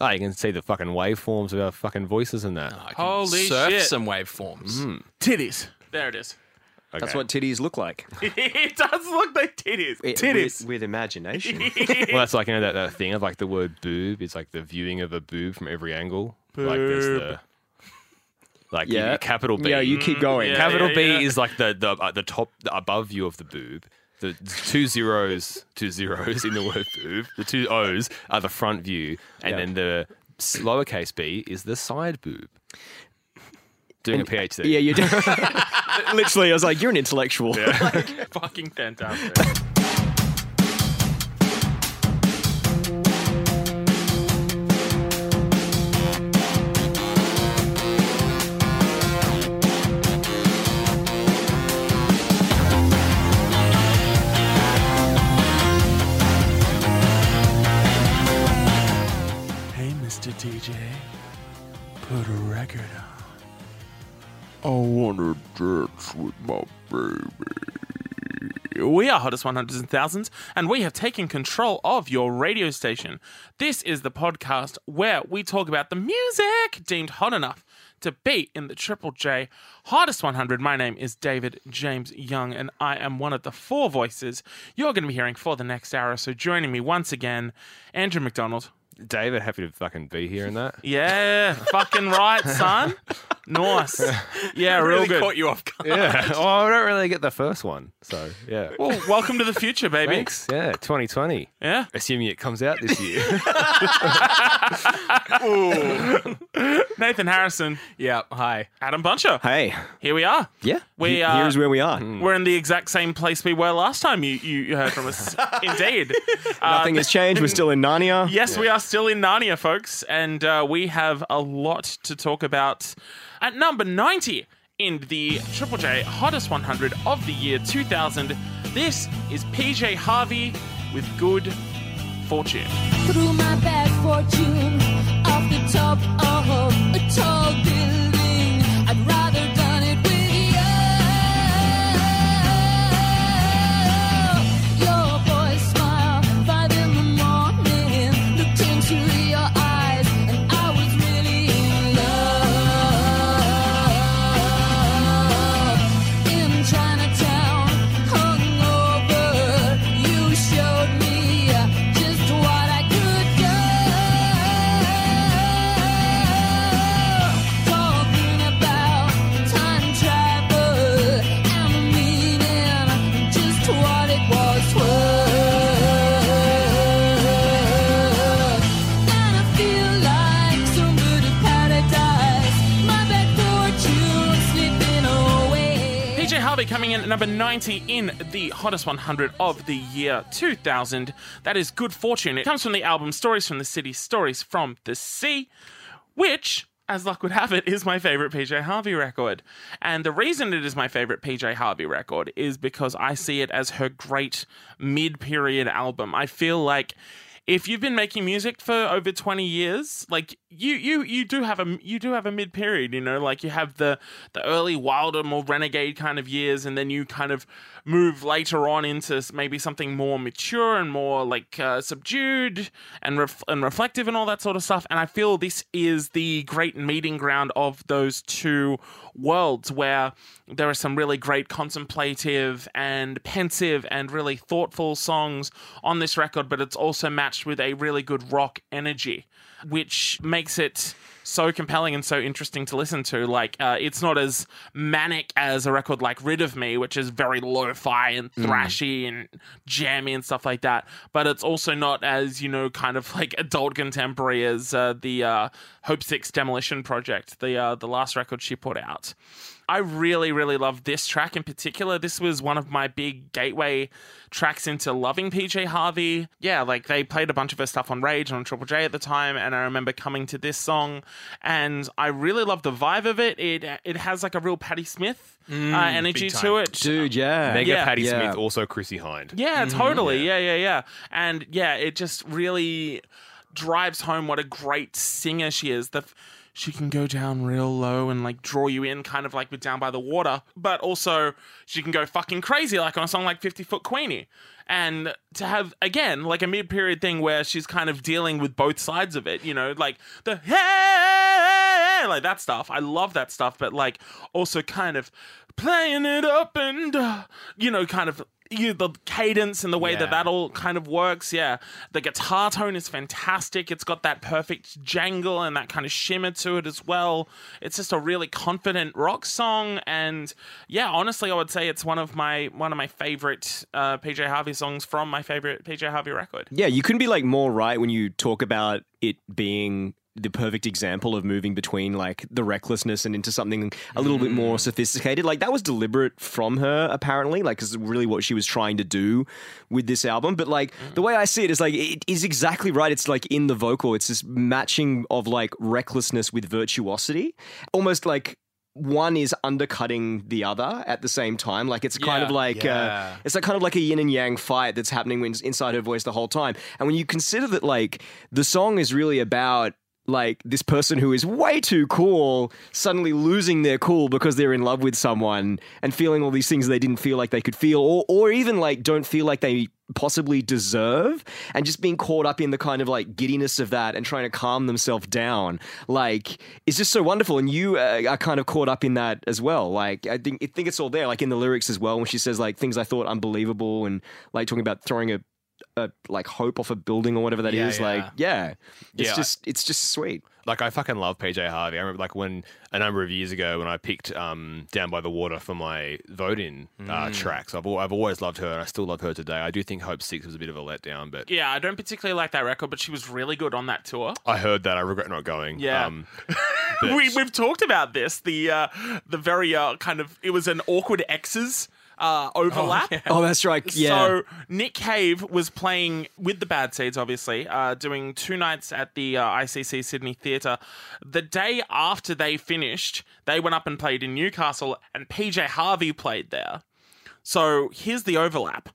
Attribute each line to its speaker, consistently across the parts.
Speaker 1: Oh, you can see the fucking waveforms of our fucking voices in that.
Speaker 2: Oh,
Speaker 3: I can
Speaker 2: Holy
Speaker 3: surf
Speaker 2: shit.
Speaker 3: some waveforms.
Speaker 4: Titties.
Speaker 2: There it is.
Speaker 5: That's
Speaker 1: Okay.
Speaker 5: what titties look like.
Speaker 2: it does look like titties.
Speaker 5: It-
Speaker 4: Titties.
Speaker 5: With, with imagination.
Speaker 1: Well, that's like you know that, that thing of like the word boob is like the viewing of a boob from every angle. Like there's the like
Speaker 5: Yeah.
Speaker 1: you- capital B.
Speaker 5: Yeah, you keep going.
Speaker 2: yeah.
Speaker 1: capital B is like the the uh, the top the above view of the boob. The two zeros, two zeros in the word boob. The two O's are the front view, and
Speaker 5: Yeah.
Speaker 1: then the s- lowercase b is the side boob. Doing a PhD.
Speaker 5: Yeah, you do. Literally, I was like, you're an intellectual.
Speaker 2: Fucking fantastic.
Speaker 4: Hey, Mr. DJ, put a record on. I wanna dance with my baby.
Speaker 2: we are Hottest 100s and Thousands, and we have taken control of your radio station. This is the podcast where we talk about the music deemed hot enough to be in the Triple J Hottest 100. My name is David James Young, and I am one of the four voices you're going to be hearing for the next hour. So joining me once again, Andrew McDonald.
Speaker 1: David, happy to fucking be here in that.
Speaker 2: Yeah, fucking right, son. Nice. Yeah, real
Speaker 3: Really
Speaker 2: good.
Speaker 3: caught you off guard.
Speaker 1: Yeah. well, I don't really get the first one, so yeah.
Speaker 2: Well, welcome to the future, baby.
Speaker 1: Thanks. Yeah, 2020.
Speaker 2: Yeah.
Speaker 1: Assuming it comes out this year.
Speaker 2: Nathan Harrison,
Speaker 3: Yeah, hi.
Speaker 2: Adam Buncher.
Speaker 5: Hey.
Speaker 2: Here we are.
Speaker 5: Yeah.
Speaker 2: We,
Speaker 5: he-
Speaker 2: uh,
Speaker 5: Here's where we are.
Speaker 2: We're in the exact same place we were last time you, you you heard from us. Indeed. Uh,
Speaker 5: Nothing has changed. We're still in Narnia.
Speaker 2: yes, we are still in Narnia, folks, and uh, we have a lot to talk about. At number 90 in the Triple J Hottest 100 of the year 2000, this is PJ Harvey with Good Fortune.
Speaker 6: through my bad fortune off the top of a tall building. I'd rather done it with you. Your boy's smile, five in the morning, looked into your eyes, and I was really in love. In Chinatown, hungover, you showed me uh, just what I could do. Talking about time travel and the meaning, just what it was worth. And I feel like some good paradise, my bad fortune slipping away.
Speaker 2: PJ Harvey coming in at number 90 in the hottest 100 of the year 2000. That is Good Fortune. It comes from the album Stories from the City, Stories from the Sea, which, as luck would have it, is my favorite PJ Harvey record. And the reason it is my favorite PJ Harvey record is because I see it as her great mid period album. I feel like. If you've been making music for over 20 years, like you you you do have a you do have a mid period, you know, like you have the the early wilder more renegade kind of years and then you kind of move later on into s- maybe something more mature and more like uh, subdued and ref- and reflective and all that sort of stuff and I feel this is the great meeting ground of those two worlds where there are some really great contemplative and pensive and really thoughtful songs on this record but it's also matched with a really good rock energy which makes it so compelling and so interesting to listen to. Like, uh, it's not as manic as a record like Rid of Me, which is very lo fi and thrashy and jammy and stuff like that. But it's also not as, you know, kind of like adult contemporary as uh, the uh, Hope Six Demolition Project, the, uh, the last record she put out. I really, really love this track in particular. This was one of my big gateway tracks into loving PJ Harvey. Yeah, like they played a bunch of her stuff on Rage and on Triple J at the time, and I remember coming to this song, and I really love the vibe of it. It it has like a real Patti Smith uh, energy
Speaker 3: time.
Speaker 2: to it.
Speaker 5: Dude, yeah.
Speaker 1: Mega
Speaker 2: Yeah.
Speaker 1: Patty
Speaker 5: Yeah.
Speaker 1: Smith, also Chrissy Hind.
Speaker 2: Yeah, totally. Yeah, yeah, yeah. And yeah, it just really drives home what a great singer she is. The f- she can go down real low and like draw you in, kind of like with Down by the Water, but also she can go fucking crazy, like on a song like 50 Foot Queenie. And to have, again, like a mid period thing where she's kind of dealing with both sides of it, you know, like the hey, eh, like that stuff. I love that stuff, but like also kind of playing it up and, uh, you know, kind of. You, the cadence and the way that
Speaker 1: Yeah.
Speaker 2: that all kind of works. Yeah. The guitar tone is fantastic. It's got that perfect jangle and that kind of shimmer to it as well. It's just a really confident rock song and yeah, honestly I would say it's one of my one of my favorite uh, PJ Harvey songs from my favorite PJ Harvey record.
Speaker 5: Yeah, you couldn't be like more right when you talk about it being the perfect example of moving between like the recklessness and into something a little bit more sophisticated. Like that was deliberate from her, apparently, like is really what she was trying to do with this album. But like the way I see it is like it is exactly right. It's like in the vocal, it's this matching of like recklessness with virtuosity, almost like. One is undercutting the other at the same time. Like it's kind
Speaker 2: Yeah.
Speaker 5: of like
Speaker 3: Yeah.
Speaker 5: uh, it's like kind of like a yin and yang fight that's happening when- inside her voice the whole time. And when you consider that, like, the song is really about like this person who is way too cool suddenly losing their cool because they're in love with someone and feeling all these things they didn't feel like they could feel or or even like don't feel like they possibly deserve and just being caught up in the kind of like giddiness of that and trying to calm themselves down like it's just so wonderful and you uh, are kind of caught up in that as well like i think i think it's all there like in the lyrics as well when she says like things i thought unbelievable and like talking about throwing a, a like hope off a building or whatever that is.
Speaker 3: Yeah,
Speaker 5: like yeah it's
Speaker 1: Yeah, I-
Speaker 5: just it's just sweet
Speaker 1: Like I fucking love PJ Harvey. I remember like when a number of years ago when I picked um, Down by the Water for my vote in uh, tracks. I've, al- I've always loved her and I still love her today. I do think Hope Six was a bit of a letdown, but
Speaker 2: Yeah, I don't particularly like that record, but she was really good on that tour.
Speaker 1: I heard that. I regret not going. Um,
Speaker 2: Yeah.
Speaker 1: but-
Speaker 2: we, we've talked about this. The uh, the very uh, kind of it was an awkward X's uh, overlap.
Speaker 5: oh that's right
Speaker 2: So Nick Cave was playing with the Bad Seeds, obviously, uh, doing two nights at the uh, ICC Sydney Theatre. The day after they finished, they went up and played in Newcastle, and PJ Harvey played there. So here's the overlap.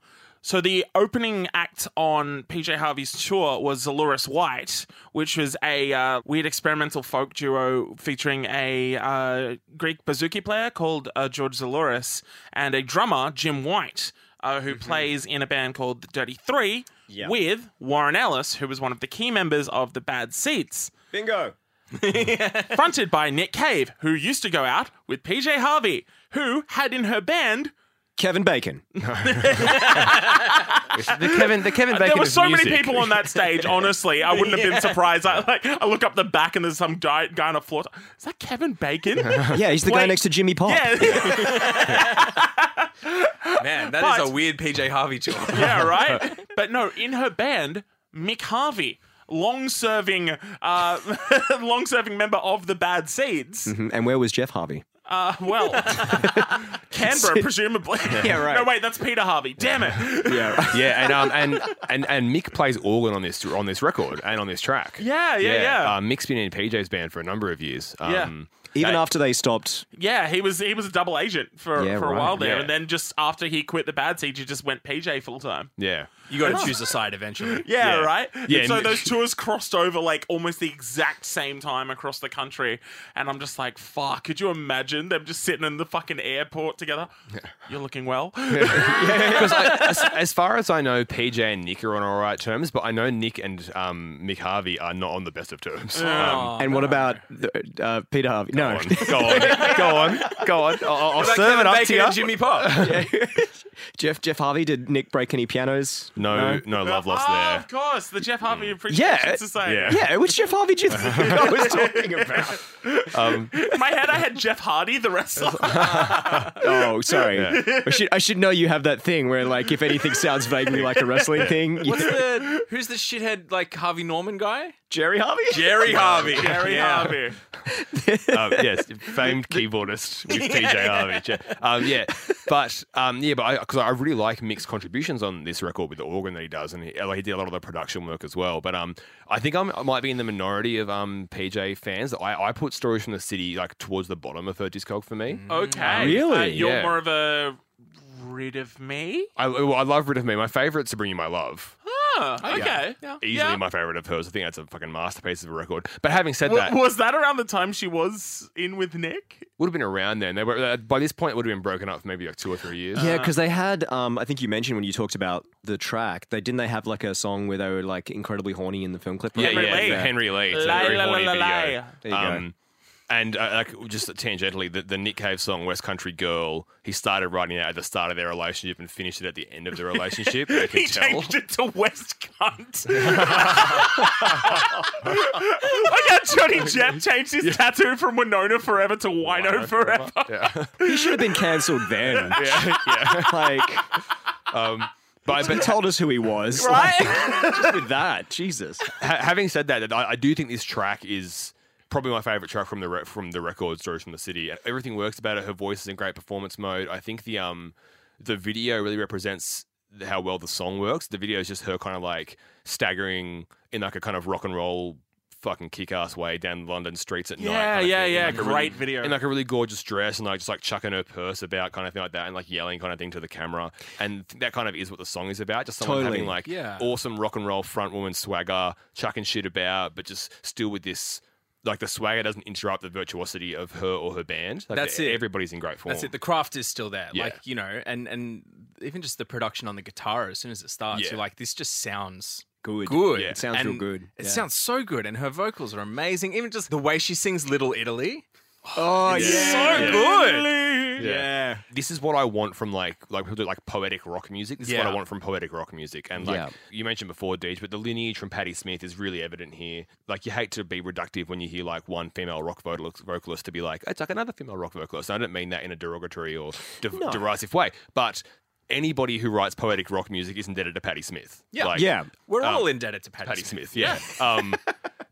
Speaker 2: So the opening act on PJ Harvey's tour was Zaluris White, which was a uh, weird experimental folk duo featuring a uh, Greek bouzouki player called uh, George Zaluris and a drummer, Jim White, uh, who plays in a band called The Dirty Three with Warren Ellis, who was one of the key members of the Bad Seats
Speaker 5: bingo
Speaker 2: fronted by Nick Cave, who used to go out with PJ Harvey, who had in her band.
Speaker 5: kevin bacon
Speaker 3: The Kevin, the Kevin Bacon.
Speaker 2: there were
Speaker 3: of
Speaker 2: so many
Speaker 3: music.
Speaker 2: people on that stage. Honestly, I wouldn't have been surprised. I like, I look up the back and there's some guy, guy on the floor. Is that Kevin Bacon?
Speaker 5: yeah he's the guy
Speaker 2: Wait.
Speaker 5: next to jimmy pop
Speaker 2: yeah,
Speaker 3: Man, that is
Speaker 2: But-
Speaker 3: a weird PJ Harvey tour.
Speaker 2: yeah, right. But no, in her band, Mick Harvey. Long-serving, uh, long-serving member of the Bad Seeds.
Speaker 5: and where was jeff harvey
Speaker 2: Uh, well, Canberra, presumably. Yeah,
Speaker 5: right.
Speaker 2: No, wait, that's Peter Harvey. Damn it.
Speaker 5: yeah
Speaker 1: yeah, and um, and and and Mick plays organ on this on this record and on this track.
Speaker 2: Yeah, yeah, yeah.
Speaker 1: Uh, Mick's been in PJ's band for a number of years.
Speaker 2: Yeah.
Speaker 1: Um,
Speaker 5: even
Speaker 1: That-
Speaker 5: after they stopped
Speaker 2: Yeah, he was he was a double agent for,
Speaker 5: Yeah,
Speaker 2: for a
Speaker 5: right,
Speaker 2: while there,
Speaker 1: yeah.
Speaker 2: and then just after he quit the bad seed, he just went PJ full time.
Speaker 1: yeah.
Speaker 3: You got to choose a side eventually.
Speaker 2: Yeah,
Speaker 1: Yeah.
Speaker 2: right.
Speaker 1: Yeah,
Speaker 2: And so
Speaker 1: and-
Speaker 2: those tours crossed over like almost the exact same time across the country, and I'm just like, fuck. Could you imagine them just sitting in the fucking airport together? You're looking well.
Speaker 1: Because I- as, as far as I know, PJ and Nick are on all right terms, but I know Nick and um, Mick Harvey are not on the best of terms.
Speaker 2: Oh.
Speaker 1: Um,
Speaker 5: and what about the, uh, peter harvey no
Speaker 1: go on, go on, go on. I'll, I'll
Speaker 3: Like
Speaker 1: serve it
Speaker 3: Kevin
Speaker 1: up
Speaker 3: Bacon
Speaker 1: to you.
Speaker 3: and Jimmy Pop.
Speaker 5: jeff jeff harvey did nick break any pianos
Speaker 1: no, no, love lost
Speaker 2: oh,
Speaker 1: there.
Speaker 2: Of course, the Jeff Harvey Appreciation
Speaker 5: Yeah,
Speaker 2: Society.
Speaker 1: yeah.
Speaker 5: yeah which jeff harvey do you think i was talking about
Speaker 2: In my head, I had Jeff Hardy, the wrestler.
Speaker 5: Oh, sorry. I should I should know you have that thing where like if anything sounds vaguely like a wrestling thing, you,
Speaker 3: What's the who's the shithead like Harvey Norman guy?
Speaker 5: Jerry Harvey.
Speaker 3: Jerry Harvey.
Speaker 2: Jerry
Speaker 3: Yeah.
Speaker 2: Harvey.
Speaker 1: um, yes, famed keyboardist with DJ Harvey. Um, yeah, but um, yeah, but because I, really like Mick's contributions on this record with the organ that he does, and he, uh, like, he did a lot of the production work as well. But um, I think I'm, I might be in the minority of um, PJ fans. I, I put Stories from the City like towards the bottom of her discog for me.
Speaker 2: Mm. Okay.
Speaker 5: Really?
Speaker 2: Uh, you're
Speaker 1: Mm. Yeah.
Speaker 2: more of a rid of me.
Speaker 1: I, well, I love Rid of Me. My favorite's To Bring You My Love.
Speaker 2: Ah, okay. Yeah.
Speaker 1: Easily
Speaker 2: Yeah.
Speaker 1: my favorite of hers. I think that's a fucking masterpiece of a record. But having said that,
Speaker 2: W- was that around the time she was in with Nick?
Speaker 1: would have been around then. They were uh, by this point it would have been broken up for maybe like two or three years.
Speaker 5: Yeah, because they had. Um, I think you mentioned when you talked about the track. They didn't they have like a song where they were like incredibly horny in the film clip.
Speaker 1: yeah,
Speaker 5: Right?
Speaker 2: Henry
Speaker 1: yeah,
Speaker 2: Lee.
Speaker 1: the Henry Lee. It's a
Speaker 2: La,
Speaker 1: very
Speaker 2: la, la,
Speaker 1: horny
Speaker 2: la, la.
Speaker 1: video.
Speaker 5: There you go.
Speaker 1: Um, and uh, like just tangentially, the, the Nick Cave song "West Country Girl," he started writing it at the start of their relationship and finished it at the end of the relationship. I can
Speaker 2: He
Speaker 1: tell.
Speaker 2: changed it to West Cunt. like how Johnny Depp changed his tattoo from Winona Forever to Wino Forever.
Speaker 1: Yeah,
Speaker 5: He should have been cancelled then.
Speaker 1: yeah, yeah.
Speaker 5: Like,
Speaker 1: Um, but,
Speaker 5: he
Speaker 1: but
Speaker 5: told us who he was.
Speaker 2: Right?
Speaker 5: Like, just with that, Jesus.
Speaker 1: ha- having said that, I, I do think this track is probably my favorite track from the re- from the record stories from the city. And everything works about it. Her voice is in great performance mode. I think the um the video really represents th- how well the song works. The video is just her kind of like staggering in like a kind of rock and roll fucking kick ass way down London streets at night.
Speaker 2: yeah,
Speaker 1: kinda
Speaker 2: yeah,
Speaker 1: thing.
Speaker 2: yeah.
Speaker 1: Like a really-
Speaker 2: Great video.
Speaker 1: in like a really gorgeous dress and like just like chucking her purse about kind of thing like that and like yelling kind of thing to the camera and th- that kind of is what the song is about just someone
Speaker 5: Totally.
Speaker 1: having like
Speaker 3: Yeah.
Speaker 1: awesome rock and roll front woman swagger chucking shit about but just still with this like the swagger doesn't interrupt the virtuosity of her or her band like
Speaker 3: That's
Speaker 1: e-
Speaker 3: it.
Speaker 1: everybody's in great form
Speaker 3: That's it. The craft is still there.
Speaker 1: Yeah.
Speaker 3: Like, you know, and and even just the production on the guitar as soon as it starts,
Speaker 1: Yeah.
Speaker 3: you're like, this just sounds
Speaker 5: Good.
Speaker 3: good.
Speaker 1: Yeah. It
Speaker 5: sounds real
Speaker 3: And
Speaker 5: good.
Speaker 3: It
Speaker 5: Yeah.
Speaker 3: sounds so good. And her vocals are amazing. Even just the way she sings Little Italy.
Speaker 5: Oh yeah.
Speaker 1: Yeah.
Speaker 3: good.
Speaker 1: Yeah. this is what I want from like like people do like poetic rock music. This is what
Speaker 3: Yeah.
Speaker 1: I want from poetic rock music. And like
Speaker 5: Yeah.
Speaker 1: you mentioned before, Deej, but the lineage from Patti Smith is really evident here. Like you hate to be reductive when you hear like one female rock vocal- vocalist to be like it's like another female rock vocalist. And I don't mean that in a derogatory or de- derisive way, but anybody who writes poetic rock music is indebted to Patti Smith.
Speaker 3: Yeah.
Speaker 1: like,
Speaker 5: Yeah.
Speaker 3: We're
Speaker 1: Um,
Speaker 3: all indebted to Patti,
Speaker 1: Patti
Speaker 3: Smith.
Speaker 1: Smith. Yeah, um,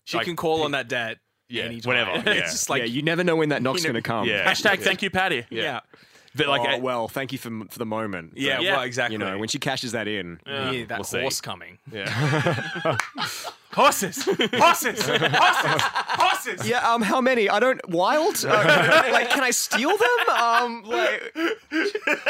Speaker 3: She
Speaker 1: Like,
Speaker 3: can call on that debt.
Speaker 1: yeah,
Speaker 3: anytime.
Speaker 1: whenever, yeah.
Speaker 3: it's just like,
Speaker 5: yeah, you never know when that knock's going to come.
Speaker 1: yeah.
Speaker 2: Hashtag thank you, Patty.
Speaker 3: yeah. yeah.
Speaker 1: But
Speaker 5: Like,
Speaker 1: like
Speaker 5: oh,
Speaker 1: uh,
Speaker 5: well, thank you for for the moment.
Speaker 3: Yeah,
Speaker 2: Yeah.
Speaker 3: well, exactly.
Speaker 5: You know, when she cashes that in.
Speaker 3: yeah, that
Speaker 1: We'll see.
Speaker 3: horse coming.
Speaker 1: yeah.
Speaker 2: Horses, horses, horses, horses.
Speaker 5: Yeah, um, how many? I don't. Wild? Uh, like, can I steal them? Um, like,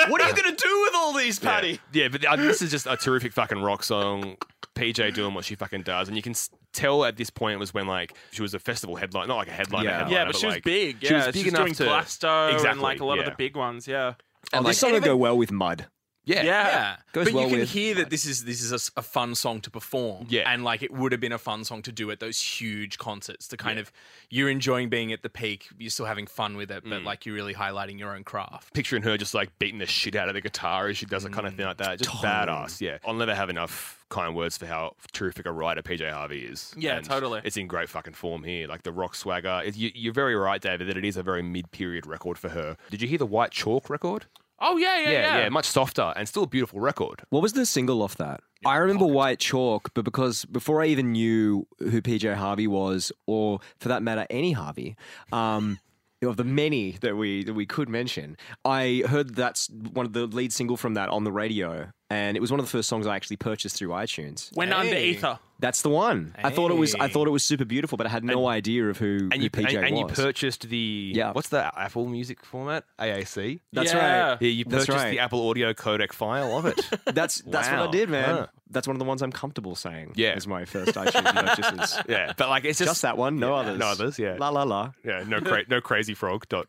Speaker 5: what are you gonna do with all these, Patty?
Speaker 1: Yeah, but uh, this is just a terrific fucking rock song. PJ doing what she fucking does, and you can s- tell at this point was when like she was a festival headline, not like a headline,
Speaker 5: Yeah.
Speaker 1: headliner,
Speaker 2: Yeah, but she was
Speaker 1: like,
Speaker 2: big. Yeah,
Speaker 1: She was big
Speaker 2: She's
Speaker 1: enough
Speaker 2: doing
Speaker 1: to
Speaker 2: Blasto and
Speaker 1: Exactly,
Speaker 2: like a lot of the
Speaker 1: yeah.
Speaker 2: big ones. Yeah,
Speaker 5: Oh, this song will go well with mud.
Speaker 1: Yeah,
Speaker 2: yeah.
Speaker 3: Yeah,
Speaker 5: Goes
Speaker 3: but
Speaker 5: well
Speaker 3: you can
Speaker 5: with-
Speaker 3: hear that this is this is a s- a, fun song to perform.
Speaker 1: Yeah.
Speaker 3: and like it would have been a fun song to do at those huge concerts. The kind of you're enjoying being at the peak, you're still having fun with it,
Speaker 1: Mm.
Speaker 3: but like you're really highlighting your own craft.
Speaker 1: Picturing her just like beating the shit out of the guitar as she does that kind
Speaker 2: Mm,
Speaker 1: of thing like that, just badass. Yeah, I'll never have enough kind words for how terrific a writer PJ Harvey is.
Speaker 2: Yeah,
Speaker 1: And
Speaker 2: totally.
Speaker 1: It's in great fucking form here. Like the rock swagger. It, you, you're very right, David. That it is a very mid-period record for her. Did you hear the White Chalk record?
Speaker 2: Oh yeah, yeah, yeah.
Speaker 1: yeah, much softer and still a beautiful record.
Speaker 5: What was the single off that? I remember White Chalk, but because before I even knew who PJ Harvey was, or for that matter, any Harvey, um, of the many that we that we could mention, I heard that's one of the lead single from that on the radio, and it was one of the first songs I actually purchased through iTunes.
Speaker 2: When under
Speaker 3: Hey.
Speaker 2: ether.
Speaker 5: That's the one. I thought it was. I thought it was super beautiful, but I had no idea of who,
Speaker 1: and
Speaker 5: who
Speaker 1: you
Speaker 5: PJ
Speaker 1: and, and you
Speaker 5: was.
Speaker 1: purchased the
Speaker 5: Yeah.
Speaker 1: what's the Apple Music format AAC.
Speaker 5: that's
Speaker 2: Yeah.
Speaker 5: right.
Speaker 1: Yeah, you
Speaker 5: That's
Speaker 1: purchased
Speaker 5: right.
Speaker 1: the Apple audio codec file of it.
Speaker 5: That's that's what I
Speaker 1: Wow.
Speaker 5: did, man.
Speaker 1: Huh.
Speaker 5: That's one of the ones I'm comfortable saying.
Speaker 1: Yeah.
Speaker 5: is my first iTunes purchases.
Speaker 1: yeah, but like it's just,
Speaker 5: Just that one, no others.
Speaker 1: no others, yeah.
Speaker 5: La la la.
Speaker 1: Yeah, no cra- no crazy frog dot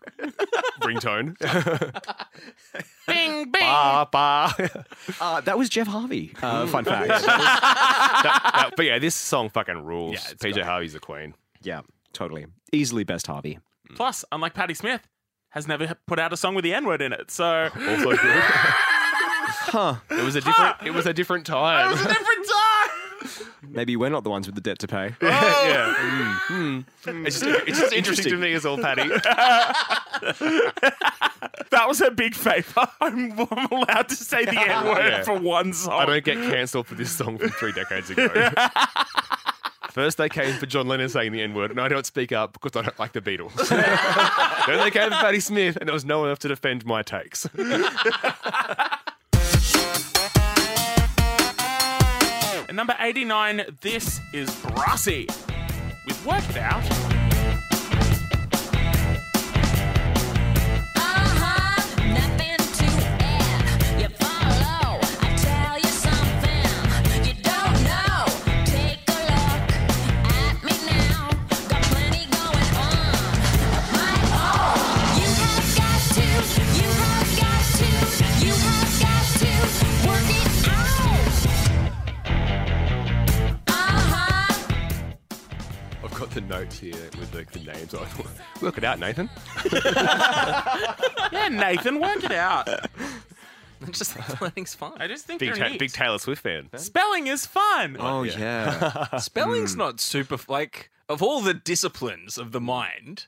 Speaker 1: ringtone.
Speaker 2: Bing, bing.
Speaker 1: ba, ba.
Speaker 5: Uh, that was Jeff Harvey. Uh,
Speaker 1: Mm-hmm.
Speaker 5: fun fact.
Speaker 1: Uh, but yeah, this song fucking rules.
Speaker 3: Yeah, it's
Speaker 1: PJ
Speaker 3: great.
Speaker 1: Harvey's the queen.
Speaker 5: yeah, totally. Easily best Harvey.
Speaker 2: Plus, unlike Patti Smith, has never put out a song with the N word in it. So
Speaker 1: Also good. huh. It was a different. It was a different time.
Speaker 2: different time.
Speaker 5: Maybe we're not the ones with the debt to pay.
Speaker 2: Oh,
Speaker 1: yeah.
Speaker 2: Hmm,
Speaker 1: It's just, it's just interesting to me as well, Patty.
Speaker 2: That was her big favor. I'm, I'm allowed to say the N word
Speaker 1: Yeah.
Speaker 2: for one song.
Speaker 1: I don't get cancelled for this song from three decades ago. First, they came for John Lennon saying the N word, and I don't speak up because I don't like the Beatles. then they came for Patti Smith, and there was no one else to defend my takes.
Speaker 2: At number 89, this is Brassy with Worked It Out.
Speaker 6: Uh-huh, Nothing to add. You follow. I tell you something you don't know. Uh-huh.
Speaker 1: here with like the names on. Work it out, Nathan.
Speaker 2: Yeah, Nathan, work it out.
Speaker 3: Just like learning's fun.
Speaker 2: I just think
Speaker 1: Big,
Speaker 2: they're
Speaker 1: ta-
Speaker 2: neat.
Speaker 1: big Taylor Swift fan.
Speaker 2: Spelling is fun.
Speaker 5: Oh yeah.
Speaker 3: Spelling's not super like of all the disciplines of the mind.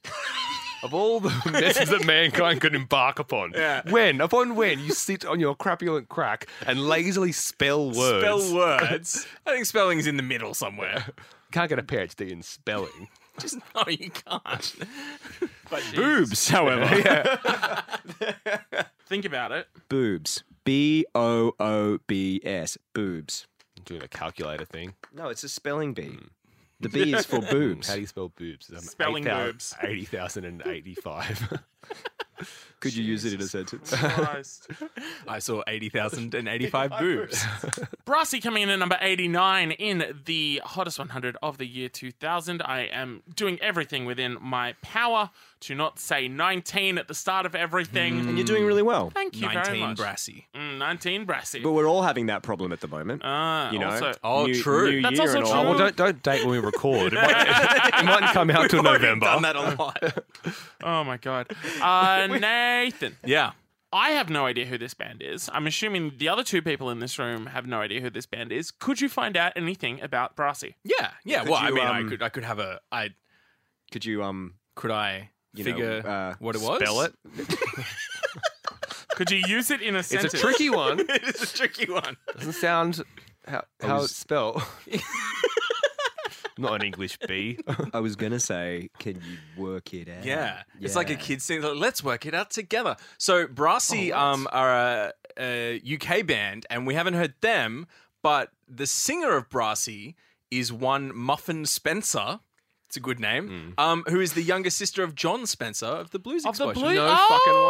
Speaker 1: Of all the messes that mankind could embark upon, when upon when you sit on your crapulent crack and lazily spell words,
Speaker 3: Spell words. I think spelling's in the middle somewhere.
Speaker 1: can't get a PhD in spelling.
Speaker 3: Just no, you can't.
Speaker 5: boobs, however.
Speaker 2: Think about it.
Speaker 5: Boobs. B O O B S. Boobs.
Speaker 1: Doing a calculator thing.
Speaker 5: No, it's a spelling bee. The B is for boobs.
Speaker 1: Mm. How do you spell boobs? Um,
Speaker 2: Spelling boobs.
Speaker 1: Eighty thousand and eighty-five.
Speaker 5: Could you use it in a sentence?
Speaker 2: Christ.
Speaker 3: I saw eighty thousand and eighty-five boobs.
Speaker 2: Brassy coming in at number 89 in the hottest 100 of the year 2000. I am doing everything within my power to not say 19 at the start of everything.
Speaker 5: and you're doing really well.
Speaker 1: Mm.
Speaker 2: Thank you very
Speaker 3: Nineteen
Speaker 2: much.
Speaker 3: brassy.
Speaker 2: Mm, 19 Brassy.
Speaker 5: But we're all having that problem at the moment.
Speaker 1: Uh,
Speaker 2: Ah,
Speaker 5: you know.
Speaker 2: also-
Speaker 3: Oh,
Speaker 5: New-
Speaker 3: true.
Speaker 5: New
Speaker 2: That's
Speaker 5: year
Speaker 2: also
Speaker 5: and
Speaker 2: true.
Speaker 5: all.
Speaker 1: Oh, well, don't don't date when we record. It might, it might come out till November.
Speaker 3: Done that a lot.
Speaker 2: oh my God. Uh, Nathan.
Speaker 3: yeah.
Speaker 2: I have no idea who this band is. I'm assuming the other two people in this room have no idea who this band is. Could you find out anything about Brassy?
Speaker 3: Yeah. Yeah.
Speaker 5: Could
Speaker 3: well, I
Speaker 5: you,
Speaker 3: mean, I
Speaker 5: um,
Speaker 3: could. I could have a. I
Speaker 5: Could you um
Speaker 3: could I
Speaker 5: you
Speaker 3: figure
Speaker 5: know, uh,
Speaker 3: what it was.
Speaker 1: Spell it.
Speaker 2: Could you use it in a
Speaker 1: It's
Speaker 2: sentence?
Speaker 1: a tricky one.
Speaker 3: it's a tricky one.
Speaker 1: Doesn't sound how, how
Speaker 5: was-
Speaker 1: it's spelled. Not an English B.
Speaker 5: I was gonna say, can you work it out?
Speaker 3: Yeah. It's like a
Speaker 5: Yeah.
Speaker 3: kid's thing. Like, Let's work it out together. So Brassy
Speaker 2: Oh,
Speaker 3: um, are a, a UK band, and we haven't heard them, but the singer of Brassy is one Muffin Spencer. It's a good name. Um, who is the younger sister of John Spencer of the Blues
Speaker 2: Hmm. of the
Speaker 3: Explosion.
Speaker 2: blue.
Speaker 1: No
Speaker 2: oh!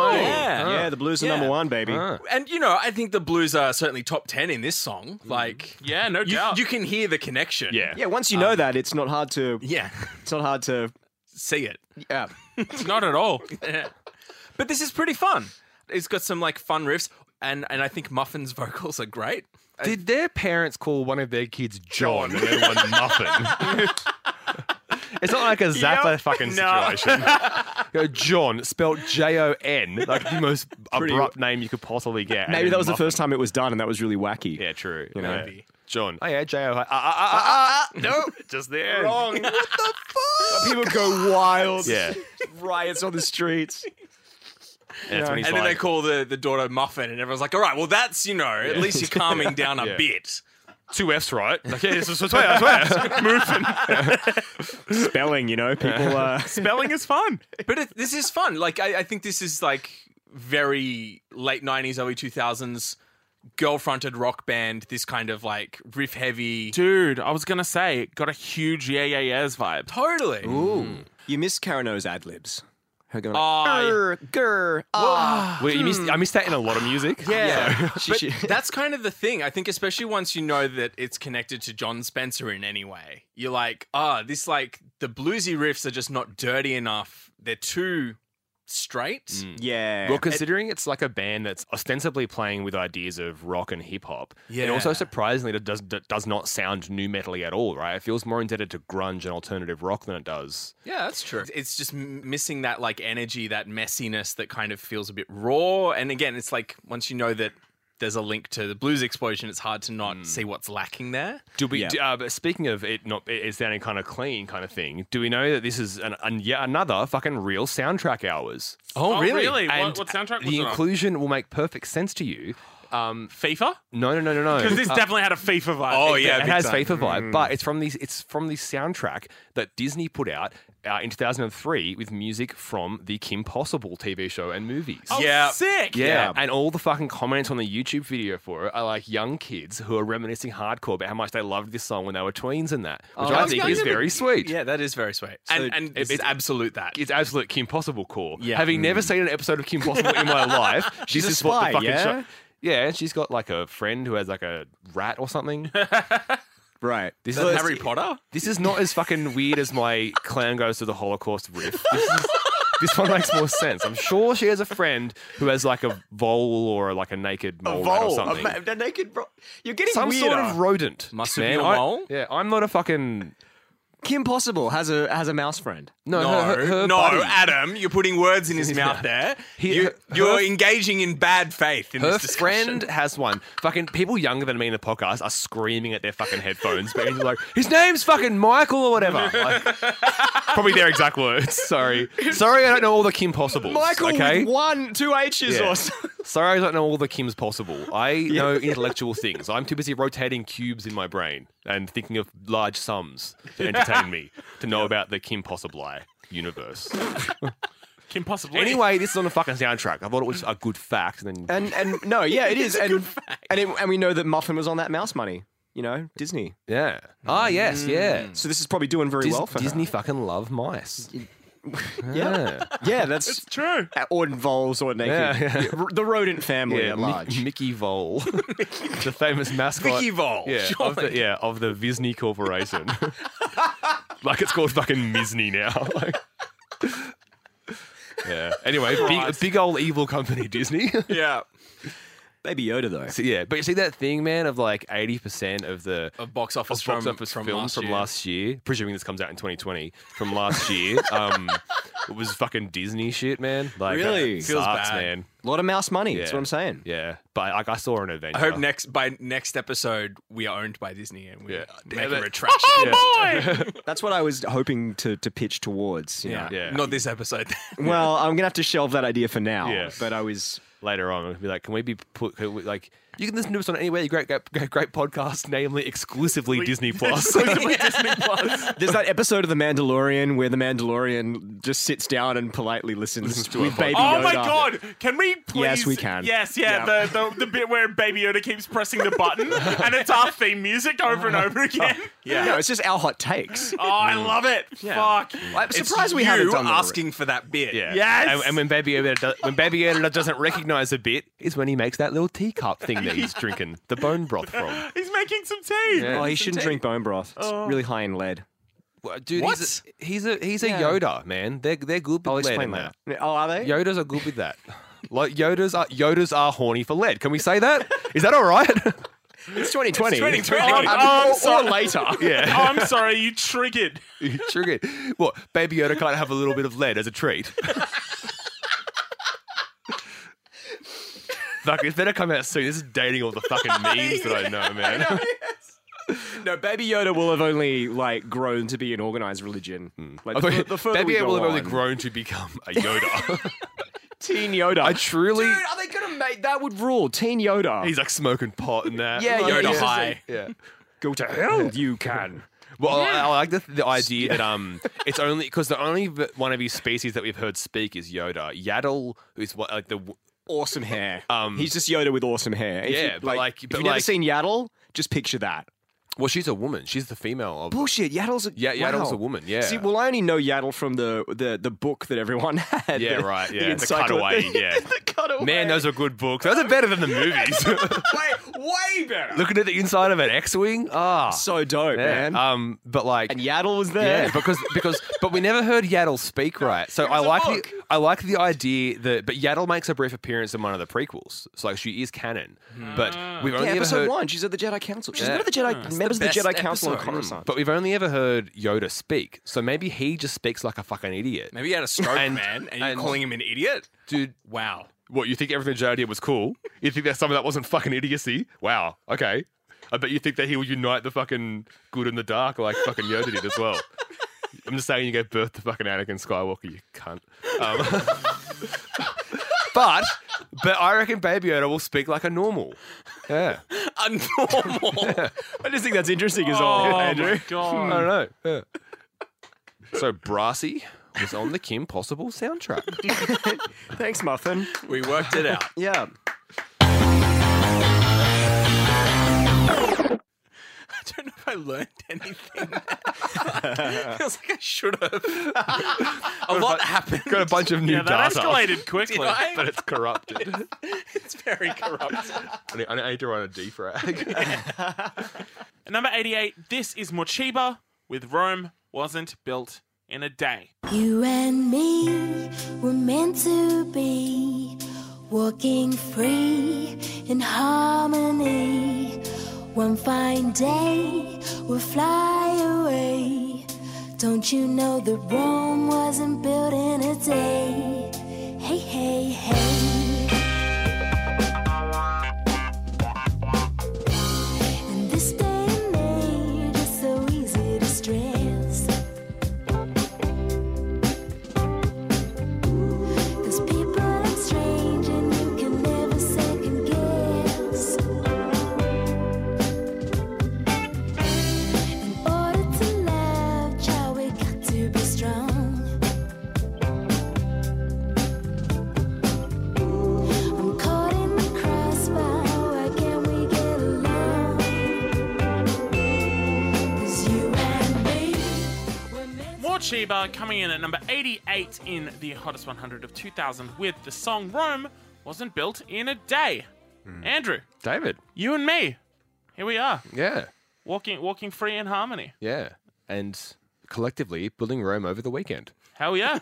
Speaker 1: fucking way.
Speaker 3: Yeah.
Speaker 5: Yeah, the blues are
Speaker 3: Uh-huh. Yeah.
Speaker 5: number one, baby.
Speaker 3: And you know, I think the Blues are certainly top ten in this song. Like,
Speaker 2: Yeah, Hmm. no
Speaker 3: you,
Speaker 2: doubt.
Speaker 3: you can hear the connection.
Speaker 1: Yeah.
Speaker 5: Yeah, once you know that, it's not hard to.
Speaker 3: yeah,
Speaker 5: It's not hard to.
Speaker 3: see it.
Speaker 5: Yeah.
Speaker 2: Not at all.
Speaker 3: But this is pretty fun. It's got some like fun riffs, and and I think Muffin's vocals are great.
Speaker 1: Did their parents call one of their kids John and the other one Muffin? it's not like a Zappa fucking situation. You know, John, spelled J O N, like the most abrupt name you could possibly get. and
Speaker 5: Maybe
Speaker 1: then
Speaker 5: that was the
Speaker 1: Muffin.
Speaker 5: first time it was done, and that was really wacky.
Speaker 1: Yeah, true.
Speaker 5: You know?
Speaker 1: Yeah. John. Oh, yeah, J O. Ah, ah, ah, ah, ah. Nope. Just there. Wrong.
Speaker 5: People go wild.
Speaker 1: Yeah.
Speaker 5: Riots on the streets.
Speaker 1: And, that's when he's
Speaker 3: and then
Speaker 1: like,
Speaker 3: they call the, the daughter Muffin, and everyone's like, all right, well, that's, you know, at least you're calming down a
Speaker 1: Yeah.
Speaker 3: bit.
Speaker 1: two F's, right? Like, yeah, this is this way, I swear. Muffin.
Speaker 5: Spelling, you know, people. Uh,
Speaker 2: Spelling is fun.
Speaker 3: But it, this is fun. Like, I, I think this is like very late 90s, early 2000s girl fronted rock band, this kind of like riff heavy.
Speaker 2: Dude, I was going to say, it got a huge yeah, yeah, yeahs vibe.
Speaker 3: Totally.
Speaker 5: Ooh. You miss Carano's ad libs. Her going
Speaker 3: Ah, yeah.
Speaker 5: like, grr, grr, ah.
Speaker 1: Wait, you missed, I missed that in a lot of music.
Speaker 3: Yeah.
Speaker 5: She-
Speaker 3: but
Speaker 5: she-
Speaker 3: that's kind of the thing. I think especially once you know that it's connected to John Spencer in any way, you're like, ah, this like the bluesy riffs are just not dirty enough. They're too straight.
Speaker 5: Yeah.
Speaker 1: Well, considering it's like a band that's ostensibly playing with ideas of rock and hip hop, it also
Speaker 3: Yeah.
Speaker 1: surprisingly does does not sound new metally at all, right? It feels more indebted to grunge and alternative rock than it does.
Speaker 3: Yeah, that's true. It's just m- missing that like energy, that messiness that kind of feels a bit raw. And again, it's like once you know that there's a link to the blues explosion, it's hard to not see what's lacking there.
Speaker 1: Do we?
Speaker 5: Yeah.
Speaker 1: do- uh, but speaking of it not it it sounding kind of clean, kind of thing, do we know that this is an, an yet another fucking real soundtrack hours?
Speaker 2: Oh, really? What-
Speaker 1: And
Speaker 2: what soundtrack was
Speaker 1: The
Speaker 2: it on?
Speaker 1: inclusion will make perfect sense to you. Um,
Speaker 2: FIFA?
Speaker 1: no, no, no, no, Uh, no.
Speaker 2: Because this definitely had a FIFA vibe.
Speaker 3: Oh,
Speaker 1: It-
Speaker 3: yeah,
Speaker 1: it
Speaker 3: big
Speaker 1: has
Speaker 3: time. Mm.
Speaker 1: FIFA vibe, but it's from these. It's from the soundtrack that Disney put out uh, in 2003 with music from the Kim Possible TV show and movies.
Speaker 2: Oh,
Speaker 3: Yeah.
Speaker 2: Sick.
Speaker 1: Yeah. and all the fucking comments on the YouTube video for it are like young kids who are reminiscing hardcore about how much they loved this song when they were tweens and that, which I
Speaker 3: that's
Speaker 1: think
Speaker 3: young,
Speaker 1: is
Speaker 3: isn't it?
Speaker 1: very sweet.
Speaker 3: Yeah, that is very sweet.
Speaker 5: So
Speaker 3: and and it's,
Speaker 1: it's-
Speaker 3: absolute that.
Speaker 1: It's absolute Kim Possible core.
Speaker 3: Yeah.
Speaker 1: Having never seen an episode of Kim Possible in my life,
Speaker 5: She's
Speaker 1: this
Speaker 5: a
Speaker 1: is what
Speaker 5: spy,
Speaker 1: the fucking
Speaker 5: yeah?
Speaker 1: show. Yeah, she's got like a friend who has like a rat or something.
Speaker 5: right.
Speaker 1: This
Speaker 3: Is that
Speaker 1: is
Speaker 3: Harry Potter?
Speaker 1: This is not as fucking weird as my clan goes to the Holocaust riff. This, is, this one makes more sense. I'm sure she has a friend who has like a vole or like a naked mole rat or
Speaker 5: Vole, a
Speaker 1: something.
Speaker 5: ma- a naked bro- You're getting
Speaker 1: Some
Speaker 5: weirder.
Speaker 1: sort of rodent.
Speaker 3: Marsupial
Speaker 1: man. I-
Speaker 3: mole?
Speaker 1: yeah, I'm not a fucking
Speaker 5: Kim Possible has a has a mouse friend.
Speaker 1: No,
Speaker 3: No,
Speaker 1: her- her
Speaker 3: no,
Speaker 1: buddy-
Speaker 3: Adam, you're putting words in his mouth there.
Speaker 1: He-
Speaker 3: you,
Speaker 1: her-
Speaker 3: you're
Speaker 1: her-
Speaker 3: engaging in bad faith in
Speaker 1: Her
Speaker 3: this discussion.
Speaker 1: friend has one. Fucking people younger than me in the podcast are screaming at their fucking headphones, but he's like, his name's fucking Michael or whatever. Like, probably their exact words. Sorry. Sorry, I don't know all the Kim possibles.
Speaker 5: Michael
Speaker 1: okay?
Speaker 5: with one, two H's
Speaker 1: Yeah.
Speaker 5: or something.
Speaker 1: Sorry, I don't know all the Kims possible. I know intellectual things. I'm too busy rotating cubes in my brain and thinking of large sums to entertain me to know about the Kim Possible universe.
Speaker 2: Kim Possible.
Speaker 1: Anyway, this is on the fucking soundtrack. I thought it was a good fact, and then
Speaker 5: And and no, yeah, it is. And and, it, and we know that Muffin was on that mouse money. You know, Disney.
Speaker 1: yeah. Ah, yes, yeah.
Speaker 5: So this is probably doing Mm. very
Speaker 1: Dis-
Speaker 5: well for her.
Speaker 1: Disney fucking love mice.
Speaker 5: Yeah, yeah, that's
Speaker 2: True.
Speaker 5: or involves or naked.
Speaker 1: Yeah, yeah.
Speaker 5: Yeah, r- The rodent family
Speaker 1: Yeah,
Speaker 5: at
Speaker 1: Mi-
Speaker 5: large.
Speaker 1: Mickey Vole, the famous mascot.
Speaker 3: Mickey Vole,
Speaker 1: yeah, of the,
Speaker 3: surely.
Speaker 1: yeah, of the Visney Corporation. like it's called fucking Misney now. like- yeah. Anyway, big, big old evil company Disney.
Speaker 3: Yeah.
Speaker 5: Baby Yoda though.
Speaker 1: So, yeah, but you see that thing, man, of like eighty percent of the
Speaker 3: Of box office
Speaker 1: of
Speaker 3: from,
Speaker 1: box office
Speaker 3: from,
Speaker 1: films
Speaker 3: last,
Speaker 1: from
Speaker 3: year.
Speaker 1: last year, presuming this comes out in 2020, from last year, um, it was fucking Disney shit, man. Like, that
Speaker 5: Really?
Speaker 3: Feels
Speaker 1: sucks,
Speaker 3: bad.
Speaker 1: man.
Speaker 5: A lot of mouse money. That's
Speaker 1: Yeah.
Speaker 5: what I'm saying.
Speaker 1: Yeah, but like I saw an event.
Speaker 3: I hope next by next episode we are owned by Disney and we
Speaker 1: Yeah.
Speaker 3: make
Speaker 1: Damn
Speaker 3: a
Speaker 1: it.
Speaker 3: retraction.
Speaker 5: That's what I was hoping to to pitch towards. You
Speaker 3: Yeah.
Speaker 5: yeah.
Speaker 1: Yeah.
Speaker 3: Not this episode.
Speaker 5: Well, I'm gonna have to shelve that idea for now.
Speaker 1: Yeah.
Speaker 5: But I was.
Speaker 1: later on and be like, can we be put can we, like you can listen to us on anywhere you great great, great great podcast, namely exclusively Disney Plus.
Speaker 5: There's that episode of The Mandalorian where the Mandalorian just sits down and politely listens,
Speaker 1: to
Speaker 5: with
Speaker 1: our
Speaker 5: Baby
Speaker 2: Oh
Speaker 5: Yoda.
Speaker 2: my god! Can we please?
Speaker 5: Yes, we can.
Speaker 2: Yes, yeah. The, the the bit where Baby Yoda keeps pressing the button and it's our theme music over and over again.
Speaker 5: Yeah. No, it's just our hot takes.
Speaker 2: Oh, I
Speaker 1: Mm.
Speaker 2: love it. Fuck.
Speaker 5: I'm
Speaker 3: It's
Speaker 5: surprised we
Speaker 3: you
Speaker 5: haven't done that already.
Speaker 3: asking for that bit.
Speaker 1: yeah.
Speaker 2: Yes!
Speaker 1: And, and when Baby Yoda does, when Baby Yoda doesn't recognize a bit is when he makes that little teacup thing that he's drinking the bone broth from.
Speaker 2: He's making some tea.
Speaker 1: Yeah.
Speaker 5: Oh, he shouldn't drink bone broth. It's
Speaker 3: Oh.
Speaker 5: really high in lead.
Speaker 1: Well, Dude,
Speaker 3: What?
Speaker 1: he's a he's a, he's a Yoda man. They're they're good with
Speaker 5: I'll
Speaker 1: lead
Speaker 5: explain
Speaker 1: and
Speaker 5: later.
Speaker 1: that.
Speaker 5: Oh, are they?
Speaker 1: Yodas are good with that. Like Yodas are Yodas are horny for lead. Can we say that? Is that all right?
Speaker 5: It's 2020.
Speaker 3: 2020.
Speaker 5: Um, or- or later.
Speaker 1: Oh, yeah.
Speaker 2: Oh, I'm sorry, you triggered.
Speaker 1: Triggered. What? Baby Yoda can't have a little bit of lead as a treat. Fuck, it's better come out soon. This is dating all the fucking memes that I know, man.
Speaker 5: No, Baby Yoda will have only like grown to be an organized religion. Like,
Speaker 1: I
Speaker 5: the,
Speaker 1: thought-
Speaker 5: the further
Speaker 1: Hmm. Baby
Speaker 5: we
Speaker 1: Yoda
Speaker 5: go
Speaker 1: will have only
Speaker 5: on.
Speaker 1: grown to become a Yoda.
Speaker 5: Teen Yoda.
Speaker 1: I truly.
Speaker 5: Dude, are they gonna make that would rule Teen Yoda?
Speaker 1: He's like smoking pot and that.
Speaker 5: Yeah,
Speaker 1: Like,
Speaker 5: yeah,
Speaker 3: Yoda
Speaker 5: yeah.
Speaker 3: high.
Speaker 1: yeah.
Speaker 5: Go to hell, you can.
Speaker 1: Well, I- I like the, the idea that um, it's only because the only v- one of his species that we've heard speak is Yoda. Yaddle is what like the w-
Speaker 5: Awesome hair.
Speaker 1: Um,
Speaker 5: he's just Yoda with awesome hair. If
Speaker 1: yeah,
Speaker 5: you,
Speaker 1: but, like-
Speaker 5: if
Speaker 1: but,
Speaker 5: you've never
Speaker 1: like-
Speaker 5: seen Yaddle, just picture that.
Speaker 1: well, she's a woman. She's the female of
Speaker 5: Bullshit. Yaddle's a
Speaker 1: Yeah, Yaddle's a
Speaker 5: wow.
Speaker 1: woman, yeah.
Speaker 5: See, well, I only know Yaddle from the the, the book that everyone had.
Speaker 1: Yeah,
Speaker 5: the-
Speaker 1: right, yeah,
Speaker 5: the,
Speaker 1: the
Speaker 5: encyclo-
Speaker 1: cutaway,
Speaker 5: the-
Speaker 1: yeah.
Speaker 5: the cutaway.
Speaker 1: Man, those are good books. Those are better than the movies.
Speaker 5: way way better.
Speaker 1: Looking at the inside of an X-wing, ah,
Speaker 5: So dope,
Speaker 1: yeah.
Speaker 5: man.
Speaker 1: Um, but like,
Speaker 5: and Yaddle was there.
Speaker 1: yeah, because because but we never heard Yaddle speak right. So I like the I like the idea that but Yaddle makes a brief appearance in one of the prequels. So like she is canon, but we've only
Speaker 5: Hmm. Yeah,
Speaker 1: ever
Speaker 5: episode
Speaker 1: heard.
Speaker 5: one. She's at the Jedi Council. She's
Speaker 1: Yeah.
Speaker 5: one of the Jedi members of the
Speaker 3: best
Speaker 5: Jedi Council on
Speaker 3: episode.
Speaker 5: Coruscant.
Speaker 1: Hmm, But we've only ever heard Yoda speak, so maybe he just speaks like a fucking idiot.
Speaker 3: Maybe he had a stroke,
Speaker 1: And-
Speaker 3: man, and you're
Speaker 1: and-
Speaker 3: calling him an idiot?
Speaker 1: Dude,
Speaker 3: Wow.
Speaker 1: what you think everything Jedi did was cool? You think that some of that wasn't fucking idiocy? Wow, okay. I bet you think that he will unite the fucking good and the dark like fucking Yoda did as well. I'm just saying you gave birth to fucking Anakin Skywalker, you cunt. Um, but but I reckon Baby Yoda will speak like a normal. Yeah,
Speaker 3: Unnormal.
Speaker 5: I just think that's interesting as
Speaker 2: Oh
Speaker 5: all.
Speaker 2: my
Speaker 1: I don't
Speaker 2: god.
Speaker 1: know. Yeah. So Brassy was on the Kim Possible soundtrack.
Speaker 5: Thanks, Muffin.
Speaker 3: we worked it out.
Speaker 5: Yeah.
Speaker 3: I don't know if I learned anything. I was like, I should have. a lot happened.
Speaker 1: Got a bunch of new
Speaker 2: Yeah, that
Speaker 1: data,
Speaker 2: escalated quickly.
Speaker 3: Did I?
Speaker 1: but it's corrupted.
Speaker 3: It's very corrupt.
Speaker 1: I need, I need to run a defrag.
Speaker 2: At number 88, this is Mochiba with Rome Wasn't Built in a Day.
Speaker 6: You and me were meant to be walking free in harmony. One fine day we'll fly away Don't you know that Rome wasn't built in a day? Hey, hey, hey. In this day and age, it's so easy to stress. Cause people are strange and you can never second guess. In order to love, child, we got to be strong. I'm caught in the crossfire. Why can't we get along? 'Cause you and me were meant.
Speaker 2: War Chiba coming in at number 88 in the Hottest 100 of 2000 with the song Rome wasn't built in a day.
Speaker 1: Hmm.
Speaker 2: Andrew,
Speaker 1: David.
Speaker 2: you and me, here we are,
Speaker 1: Yeah.
Speaker 2: walking walking free in harmony.
Speaker 1: Yeah. And collectively building Rome over the weekend.
Speaker 2: Hell yeah.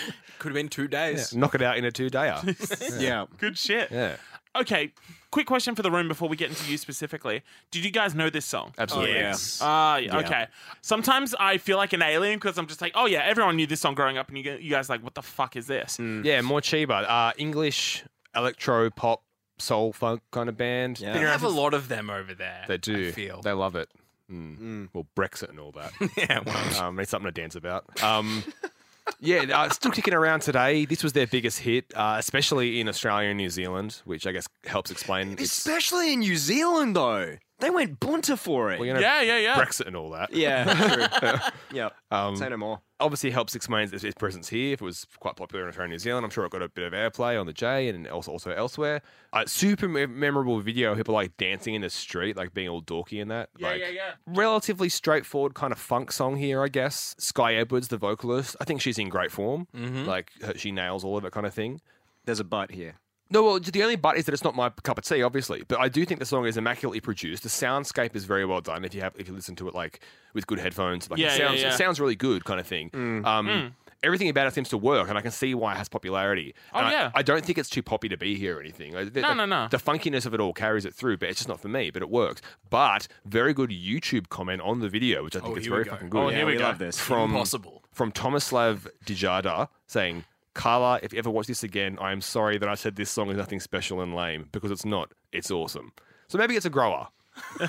Speaker 3: Could have been two days.
Speaker 1: Knock it out in a two dayer.
Speaker 5: Yeah.
Speaker 2: Good shit.
Speaker 1: yeah.
Speaker 2: Okay, quick question for the room before we get into you specifically. Did you guys know this song?
Speaker 1: Absolutely.
Speaker 2: Ah, yeah, okay. Sometimes I feel like an alien because I'm just like, oh yeah, everyone knew this song growing up, and you, g- you guys are like, what the fuck is this?
Speaker 1: Oh, Yeah, more Chiba. Uh, English electro pop soul funk kind of band.
Speaker 5: Yeah.
Speaker 3: They have a lot of them over there.
Speaker 1: They do.
Speaker 3: I feel.
Speaker 1: They love it. Mm. Well, Brexit and all that.
Speaker 3: yeah, well,
Speaker 1: um, it's something to dance about. Um, yeah, uh, still kicking around today. This was their biggest hit, uh, especially in Australia and New Zealand, which I guess helps explain. It's,
Speaker 5: Especially in New Zealand, though. They went bunter for it.
Speaker 1: well, you know,
Speaker 2: Yeah, yeah, yeah.
Speaker 1: Brexit and all that.
Speaker 5: yeah, true. yep.
Speaker 1: Um,
Speaker 5: Say no more.
Speaker 1: obviously helps explain its, its presence here. If it was quite popular in Australia and New Zealand, I'm sure it got a bit of airplay on the J and also, also elsewhere. Uh, super me- memorable video. People like dancing in the street, like being all dorky in that.
Speaker 2: Yeah,
Speaker 1: like,
Speaker 2: yeah, yeah.
Speaker 1: Relatively straightforward kind of funk song here, I guess. Sky Edwards, the vocalist, I think she's in great form.
Speaker 2: Mm-hmm.
Speaker 1: Like her, she nails all of it, kind of thing.
Speaker 5: There's a butt here.
Speaker 1: No, well, the only but is that it's not my cup of tea, obviously. But I do think the song is immaculately produced. The soundscape is very well done. If you have, if you listen to it like with good headphones, like
Speaker 2: Yeah,
Speaker 1: it
Speaker 2: yeah,
Speaker 1: sounds,
Speaker 2: yeah. Mm.
Speaker 1: it sounds really good, kind of thing.
Speaker 3: Mm.
Speaker 1: Um, Everything about it seems to work, and I can see why it has popularity.
Speaker 2: Oh,
Speaker 1: And I,
Speaker 2: yeah.
Speaker 1: I don't think it's too poppy to be here or anything. Like, the,
Speaker 2: No,
Speaker 1: the-
Speaker 2: no, no.
Speaker 1: The funkiness of it all carries it through, but it's just not for me. But it works. But very good YouTube comment on the video, which I think is
Speaker 3: here we
Speaker 1: very
Speaker 3: go.
Speaker 1: fucking good.
Speaker 2: Oh,
Speaker 1: Yeah
Speaker 2: here we,
Speaker 5: we
Speaker 2: go.
Speaker 5: love this.
Speaker 1: from
Speaker 3: Impossible.
Speaker 1: from Tomislav Dijada saying, "Carla, if you ever watch this again, I am sorry that I said this song is nothing special and lame because it's not. It's awesome. So maybe it's a grower.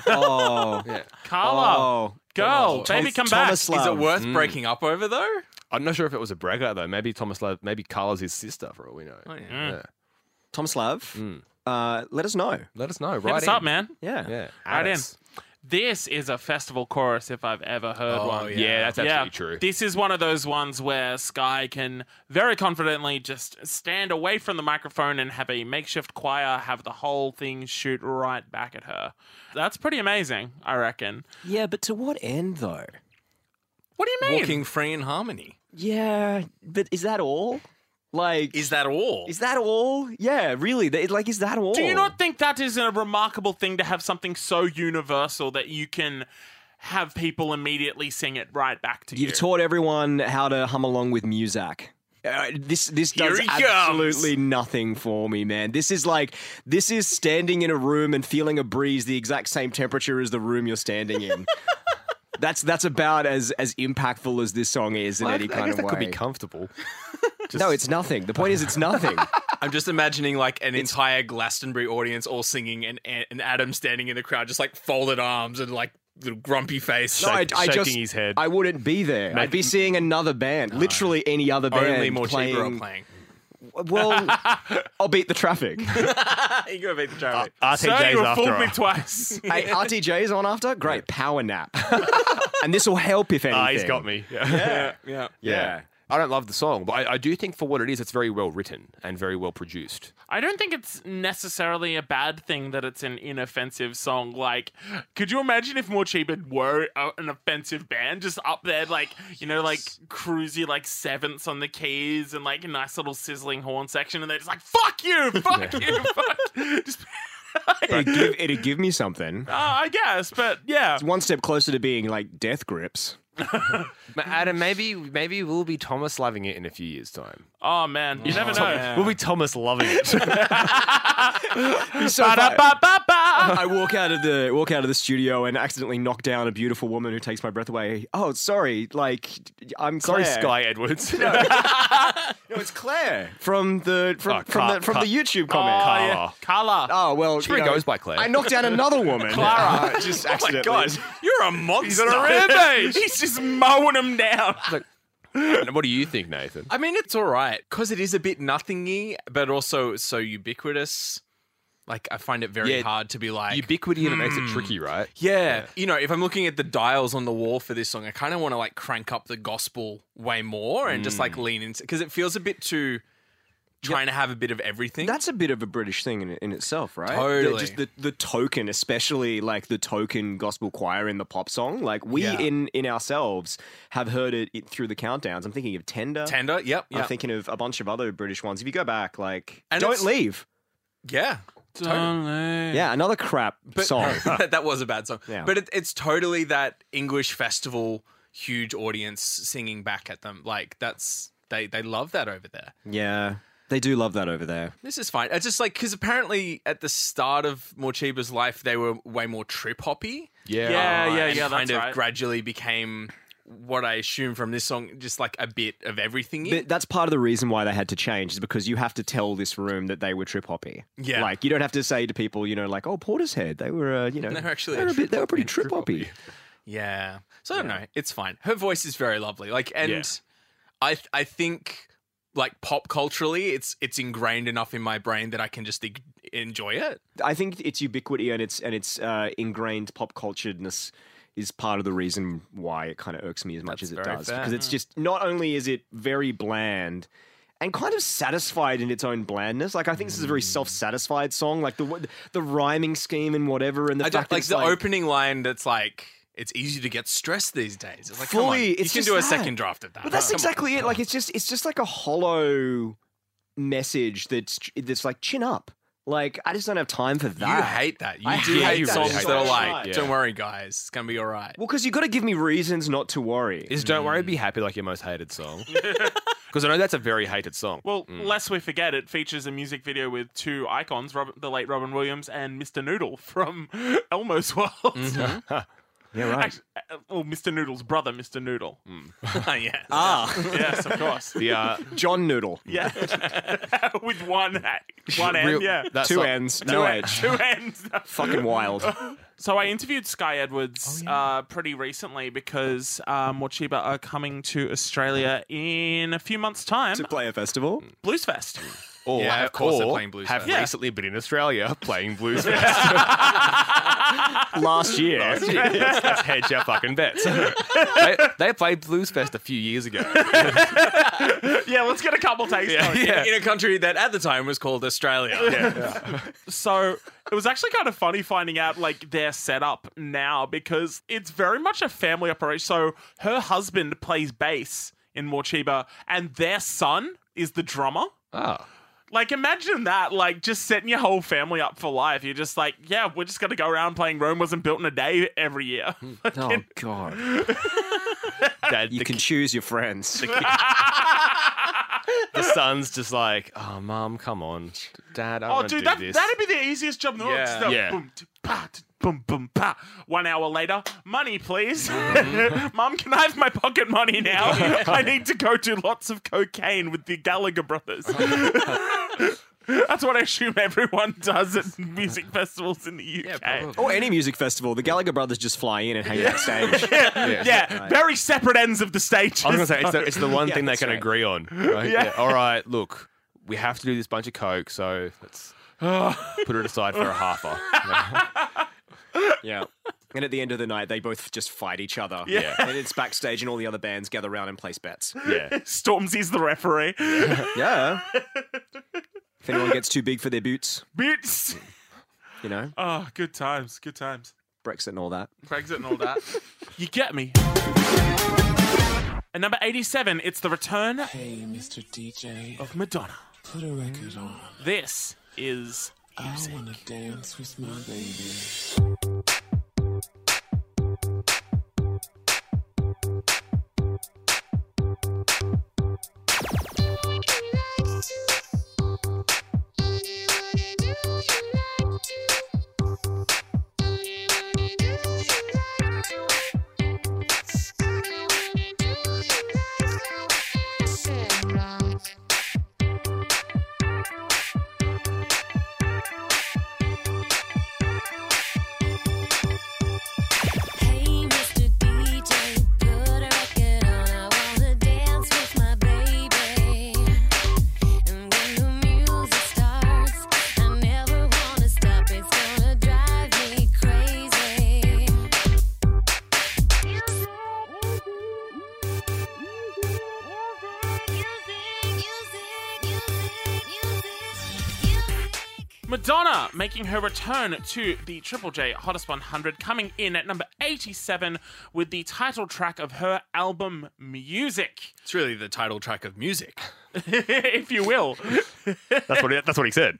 Speaker 5: Oh,
Speaker 2: Carla,
Speaker 5: oh.
Speaker 2: girl, baby, come back.
Speaker 5: Thomas
Speaker 3: is
Speaker 5: Love.
Speaker 3: it worth breaking up over though?
Speaker 1: I'm not sure if it was a bragger though. Maybe Tomislav, maybe Carla's his sister for all we know.
Speaker 2: Oh,
Speaker 1: Yeah.
Speaker 5: Tom Slav,
Speaker 2: Hmm.
Speaker 5: uh, let us know.
Speaker 1: Let us know. Right
Speaker 2: Hit us up, man.
Speaker 5: Yeah.
Speaker 1: Yeah,
Speaker 2: Right in.
Speaker 1: Addis.
Speaker 2: This is a festival chorus if I've ever heard one.
Speaker 1: Yeah. that's absolutely true.
Speaker 2: This is one of those ones where Sky can very confidently just stand away from the microphone and have a makeshift choir have the whole thing shoot right back at her. That's pretty amazing, I reckon.
Speaker 5: Yeah, but to what end, though?
Speaker 2: What do you mean?
Speaker 3: Walking free in harmony.
Speaker 5: Yeah, but is that all? Like,
Speaker 3: Is that all?
Speaker 5: is that all? Yeah, really. th- Like, is that all?
Speaker 2: Do you not think that is a remarkable thing to have something so universal that you can have people immediately sing it right back to you?
Speaker 5: You've taught everyone how to hum along with Muzak. Uh, this this does
Speaker 3: Here he comes.
Speaker 5: absolutely nothing for me, man. This is like this is standing in a room and feeling a breeze the exact same temperature as the room you're standing in. that's that's about as as impactful as this song is in
Speaker 1: I, I
Speaker 5: any kind
Speaker 1: guess
Speaker 5: of
Speaker 1: that
Speaker 5: way.
Speaker 1: could be comfortable.
Speaker 5: no, it's nothing. The point is, it's nothing.
Speaker 3: I'm just imagining like an entire Glastonbury audience all singing and, and Adam standing in the crowd, just like folded arms and like little grumpy face.
Speaker 5: No,
Speaker 3: like,
Speaker 5: I, I
Speaker 1: shaking
Speaker 5: just
Speaker 1: his head.
Speaker 5: I wouldn't be there. I'd be seeing another band, literally any other band.
Speaker 3: only more
Speaker 5: playing,
Speaker 3: cheaper are playing.
Speaker 5: Well, I'll beat the traffic.
Speaker 3: you gotta beat the traffic.
Speaker 2: Sir,
Speaker 1: RTJ's
Speaker 2: you have
Speaker 1: after
Speaker 2: fooled me
Speaker 1: her.
Speaker 2: twice.
Speaker 5: Hey, RTJ is on after. Great power nap, and this will help if anything.
Speaker 1: Ah, he's got me.
Speaker 3: yeah, yeah.
Speaker 5: Yeah.
Speaker 1: I don't love the song, but I, I do think for what it is, it's very well written and very well produced.
Speaker 2: I don't think it's necessarily a bad thing that it's an inoffensive song. Like, could you imagine if More Cheaper were a, an offensive band, just up there, like you know, like cruisy, like sevenths on the keys, and like a nice little sizzling horn section, and they're just like, "Fuck you, fuck you, fuck." Just,
Speaker 5: It'd give, it'd give me something.
Speaker 2: Uh, I guess, but yeah,
Speaker 5: It's one step closer to being like death grips.
Speaker 1: Ma- Adam, maybe maybe we'll be Thomas loving it in a few years' time.
Speaker 2: Oh man, you never know.
Speaker 1: We'll be Thomas loving it.
Speaker 5: So if I- I walk out of the walk out of the studio and accidentally knock down a beautiful woman who takes my breath away. Oh, sorry. Like I'm
Speaker 1: Sorry,
Speaker 5: Claire.
Speaker 1: Sky Edwards.
Speaker 5: No, it's Claire from the from,
Speaker 1: Oh,
Speaker 5: from
Speaker 1: Car-
Speaker 5: the from
Speaker 1: Car-
Speaker 5: the YouTube
Speaker 2: Oh,
Speaker 5: comment.
Speaker 2: yeah.
Speaker 1: Carla.
Speaker 2: Carla.
Speaker 5: Oh, well,
Speaker 1: She
Speaker 5: you know,
Speaker 1: goes by Claire.
Speaker 5: I knocked down another woman.
Speaker 2: Clara.
Speaker 5: Uh, just
Speaker 3: Oh my
Speaker 5: accidentally.
Speaker 3: god, you're a monster!
Speaker 2: He's just mowing them down.
Speaker 1: And what do you think, Nathan?
Speaker 3: I mean, it's all right because it is a bit nothingy, but also so ubiquitous. Like, I find it very
Speaker 1: Yeah,
Speaker 3: hard to be like, hmm.
Speaker 1: Ubiquity and it makes it tricky, right?
Speaker 3: yeah, you know, if I'm looking at the dials on the wall for this song, I kind of want to like crank up the gospel way more and just like lean into because it feels a bit too trying to have a bit of everything.
Speaker 5: That's a bit of a British thing in, in itself, right?
Speaker 3: Totally.
Speaker 5: The- just the, the token, especially like the token gospel choir in the pop song. Like we
Speaker 3: Yeah.
Speaker 5: in in ourselves have heard it, it through the countdowns. I'm thinking of Tender.
Speaker 3: tender. Yep.
Speaker 5: I'm
Speaker 3: yep.
Speaker 5: thinking of a bunch of other British ones. If you go back, like
Speaker 3: And Mm.
Speaker 5: don't
Speaker 3: it's-
Speaker 5: leave.
Speaker 3: yeah.
Speaker 5: Yeah, another crap song.
Speaker 3: that that was a bad song.
Speaker 5: Yeah.
Speaker 3: But it, it's totally that English festival, huge audience singing back at them. Like that's they they love that over there.
Speaker 5: yeah, they do love that over there.
Speaker 3: This is fine. It's just like because apparently at the start of Morcheeba's life they were way more trip hoppy.
Speaker 1: Yeah.
Speaker 2: Yeah,
Speaker 3: Uh,
Speaker 2: yeah,
Speaker 3: and
Speaker 2: yeah.
Speaker 3: Kind
Speaker 2: That's
Speaker 3: of
Speaker 2: right.
Speaker 3: gradually became what I assume from this song, just like a bit of everything.
Speaker 5: Th- That's part of the reason why they had to change is because you have to tell this room that they were trip hoppy.
Speaker 3: Yeah.
Speaker 5: like you don't have to say to people, you know, like oh Portishead, they were, uh, you know,
Speaker 3: They're actually
Speaker 5: they
Speaker 3: a
Speaker 5: were, a bit, they were pretty trip hoppy.
Speaker 3: Yeah. So I don't know. It's fine. Her voice is very lovely. Like, and
Speaker 1: Yeah.
Speaker 3: I th- I think like pop culturally, it's it's ingrained enough in my brain that I can just ig- enjoy it.
Speaker 5: I think its ubiquity and its and its uh, ingrained pop culturedness is part of the reason why it kind of irks me as much
Speaker 3: That's
Speaker 5: as it
Speaker 3: very
Speaker 5: does
Speaker 3: fair.
Speaker 5: because it's just not only is it very bland and kind of satisfied in its own blandness. Like I think this is a very
Speaker 3: Hmm.
Speaker 5: self-satisfied song. Like the w- the rhyming scheme and whatever, and the
Speaker 3: I
Speaker 5: fact
Speaker 3: don't,
Speaker 5: that
Speaker 3: like
Speaker 5: it's
Speaker 3: the opening line that's like. It's easy to get stressed these days. It's like, come on,
Speaker 5: Fully,
Speaker 3: you
Speaker 5: it's
Speaker 3: can
Speaker 5: just
Speaker 3: do a
Speaker 5: that.
Speaker 3: second draft of that.
Speaker 5: But that's
Speaker 3: Come on.
Speaker 5: exactly it. Like it's just it's just like a hollow message that's that's like chin up. Like I just don't have time for that.
Speaker 3: You hate that. You
Speaker 5: I
Speaker 3: do
Speaker 5: hate
Speaker 3: hate
Speaker 1: that
Speaker 3: songs
Speaker 1: so
Speaker 3: that are
Speaker 1: much.
Speaker 3: like,
Speaker 1: Yeah.
Speaker 3: "Don't worry, guys, it's gonna be all right."
Speaker 5: well, because you got to give me reasons not to worry.
Speaker 1: Is Don't Worry, Be Happy like your most hated song? Because I know that's a very hated song.
Speaker 2: Well, lest we forget, it features a music video with two icons, Robin, the late Robin Williams and Mr. Noodle from Elmo's World.
Speaker 5: yeah, right.
Speaker 2: Act- uh, well, Mr. Noodle's brother, Mr. Noodle.
Speaker 3: yeah.
Speaker 5: Ah,
Speaker 2: Yes, of course.
Speaker 1: The, uh,
Speaker 5: John Noodle.
Speaker 2: Yeah, with one one end.
Speaker 1: real-
Speaker 2: yeah,
Speaker 1: that
Speaker 5: Two
Speaker 1: song-
Speaker 5: ends, no
Speaker 2: Two-
Speaker 5: edge.
Speaker 2: Two ends.
Speaker 5: Fucking wild.
Speaker 2: So I interviewed Sky Edwards uh, pretty recently because uh, Mochiba are coming to Australia in a few months' time.
Speaker 5: to play a festival.
Speaker 2: Bluesfest.
Speaker 1: Or,
Speaker 3: Yeah, of course they're
Speaker 1: or
Speaker 3: playing Blues
Speaker 1: Have
Speaker 3: Fest. Yeah.
Speaker 1: recently been in Australia playing Blues Fest.
Speaker 5: Last year.
Speaker 1: let's, let's hedge our fucking bets. they, they played Blues Fest a few years ago.
Speaker 2: yeah, let's get a couple takes.
Speaker 1: Yeah,
Speaker 2: going.
Speaker 1: yeah.
Speaker 3: In a country that at the time was called Australia.
Speaker 2: So it was actually kind of funny finding out like their setup now because it's very much a family operation. So her husband plays bass in Morchiba, and their son is the drummer.
Speaker 1: Ah.
Speaker 2: Like, imagine that. Like, just setting your whole family up for life. You're just like, yeah, we're just going to go around playing Rome Wasn't Built in a Day every year.
Speaker 5: Oh God!
Speaker 1: Dad,
Speaker 5: You
Speaker 1: the,
Speaker 5: can choose your friends.
Speaker 1: the son's just like, oh, mom, come on. Dad, I
Speaker 2: oh,
Speaker 1: want to
Speaker 2: dude,
Speaker 1: do
Speaker 2: that,
Speaker 1: this.
Speaker 2: that'd be the easiest job in the world.
Speaker 3: Yeah.
Speaker 2: Just the
Speaker 1: Yeah.
Speaker 2: Boom, t- pa, t- boom, boom, pa. One hour later, money, please.
Speaker 1: Mm-hmm.
Speaker 2: Mum, can I have my pocket money now? I need to go do lots of cocaine with the Gallagher brothers. That's what I assume everyone does at music festivals in the UK.
Speaker 3: probably.
Speaker 5: or any music festival. The Gallagher brothers just fly in and hang out stage.
Speaker 1: yeah.
Speaker 2: Yeah, very separate ends of the stage.
Speaker 1: I was going to say, it's the, it's the one
Speaker 5: Yeah,
Speaker 1: thing they
Speaker 5: that's
Speaker 1: can
Speaker 5: right.
Speaker 1: agree on. Right?
Speaker 2: Yeah.
Speaker 1: All right, look, we have to do this bunch of coke, so let's put it aside for a halfer.
Speaker 5: Yeah. And at the end of the night, they both just fight each other.
Speaker 1: Yeah.
Speaker 5: And it's backstage, and all the other bands gather around and place bets.
Speaker 1: yeah.
Speaker 2: Stormzy's the referee.
Speaker 5: Yeah. if anyone gets too big for their boots,
Speaker 2: Boots.
Speaker 5: you know,
Speaker 2: Oh, good times, good times.
Speaker 5: Brexit and all that.
Speaker 2: Brexit and all that. you get me. At number 87, it's the return
Speaker 7: Hey, Mr. DJ,
Speaker 2: of Madonna.
Speaker 7: put a record on.
Speaker 2: This is.
Speaker 7: I wanna dance with my baby.
Speaker 2: Madonna making her return to the Triple J Hottest 100, coming in at number 87 with the title track of her album Music,
Speaker 3: It's really the title track of music.
Speaker 2: if you will.
Speaker 1: That's what he, that's what he said.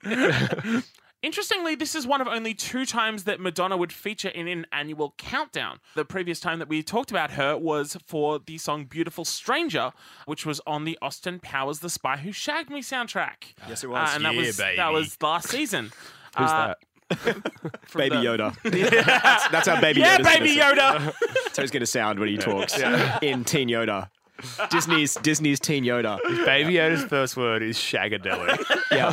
Speaker 2: Interestingly, this is one of only two times that Madonna would feature in an annual countdown. The previous time that we talked about her was for the song Beautiful Stranger, which was on the Austin Powers The Spy Who Shagged Me soundtrack.
Speaker 5: Yes, it
Speaker 2: Uh, and that
Speaker 3: Yeah,
Speaker 2: was that
Speaker 3: baby.
Speaker 2: was last season.
Speaker 1: Who's
Speaker 2: Uh,
Speaker 1: that?
Speaker 2: from
Speaker 5: Baby
Speaker 2: the-
Speaker 5: Yoda. that's, that's how Baby
Speaker 2: Yeah,
Speaker 5: Yoda.
Speaker 2: baby Yoda.
Speaker 5: That's how he's going to sound when he talks in Teen Yoda. Disney's Disney's Teen Yoda.
Speaker 1: Baby Yoda's first word is shagadelic.
Speaker 5: Yeah.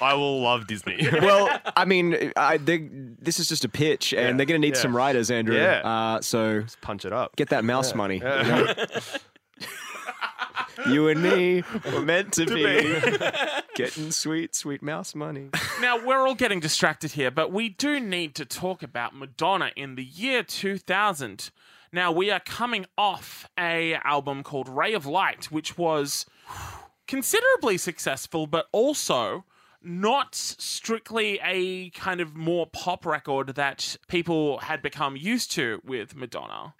Speaker 1: I will love Disney.
Speaker 5: Well, I mean, I, they, this is just a pitch, and
Speaker 1: Yeah,
Speaker 5: they're going to need
Speaker 1: yeah.
Speaker 5: some writers, Andrew.
Speaker 1: Yeah.
Speaker 5: Uh, so
Speaker 1: Punch it up.
Speaker 5: get that mouse money. you know? You and me were meant to, be. Getting sweet, sweet mouse money.
Speaker 2: Now, we're all getting distracted here, but we do need to talk about Madonna in the year 2000. Now, we are coming off a album called Ray of Light, which was considerably successful, but also not strictly a kind of more pop record that people had become used to with Madonna.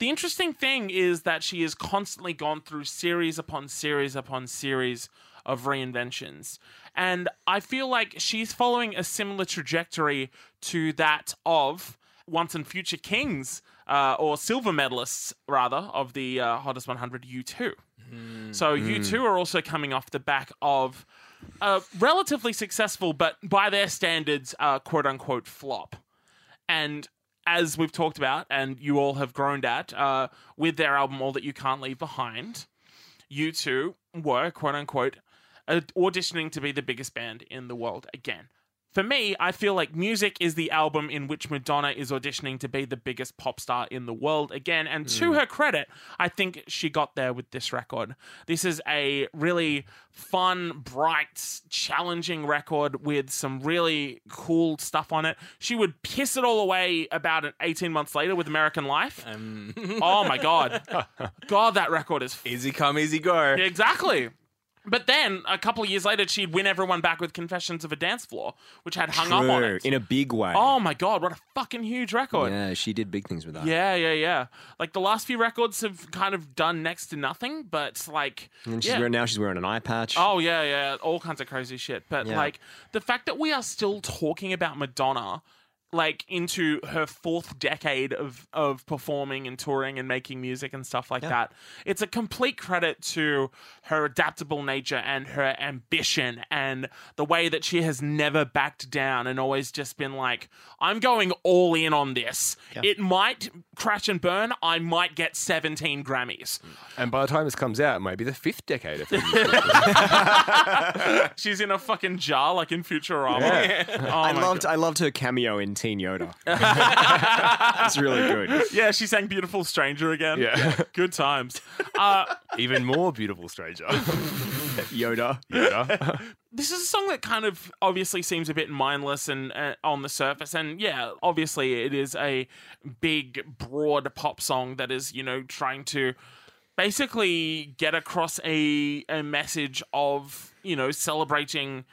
Speaker 2: The interesting thing is that she has constantly gone through series upon series upon series of reinventions. And I feel like she's following a similar trajectory to that of Once and Future Kings, uh, or silver medalists, rather, of the uh, Hottest 100 U2. So U2 are also coming off the back of a relatively successful, but by their standards, uh, quote unquote flop. And as we've talked about, and you all have groaned at, uh, with their album All That You Can't Leave Behind, U2 were, quote unquote, uh, auditioning to be the biggest band in the world again. For me, I feel like Music is the album in which Madonna is auditioning to be the biggest pop star in the world again. And to her credit, I think she got there with this record. This is a really fun, bright, challenging record with some really cool stuff on it. She would piss it all away about it 18 months later with American Life. oh my God. God, that record is
Speaker 3: Easy come, easy go.
Speaker 2: Exactly. But then a couple of years later, she'd win everyone back with Confessions of a Dance Floor, which had hung up on
Speaker 5: True,
Speaker 2: it.
Speaker 5: in a big way.
Speaker 2: oh my god, what a fucking huge record. Yeah.
Speaker 5: yeah, she did big things with that.
Speaker 2: yeah, yeah, Like the last few records have kind of done next to nothing, but like
Speaker 5: And she's
Speaker 2: yeah.
Speaker 5: wearing, now she's wearing an eye patch.
Speaker 2: Oh yeah, yeah, all kinds of crazy shit. But
Speaker 5: Yeah.
Speaker 2: like the fact that we are still talking about Madonna like into her fourth decade of of performing and touring and making music and stuff like that. It's a complete credit to her adaptable nature and her ambition and the way that she has never backed down and always just been like I'm going all in on this. It might crash and burn, I might get 17 Grammys.
Speaker 1: And by the time this comes out, it might be the fifth decade of
Speaker 2: She's in a fucking jar like in Futurama. Oh
Speaker 5: I
Speaker 2: my
Speaker 5: loved, I loved her cameo in Teen Yoda. it's really good.
Speaker 2: Yeah, she sang Beautiful Stranger again.
Speaker 1: Yeah.
Speaker 2: Good times. Uh,
Speaker 1: Even more beautiful stranger.
Speaker 5: Yoda.
Speaker 1: Yoda.
Speaker 2: this is a song that kind of obviously seems a bit mindless and uh, on the surface. And yeah, obviously it is a big, broad pop song that is, you know, trying to basically get across a, a message of, you know, celebrating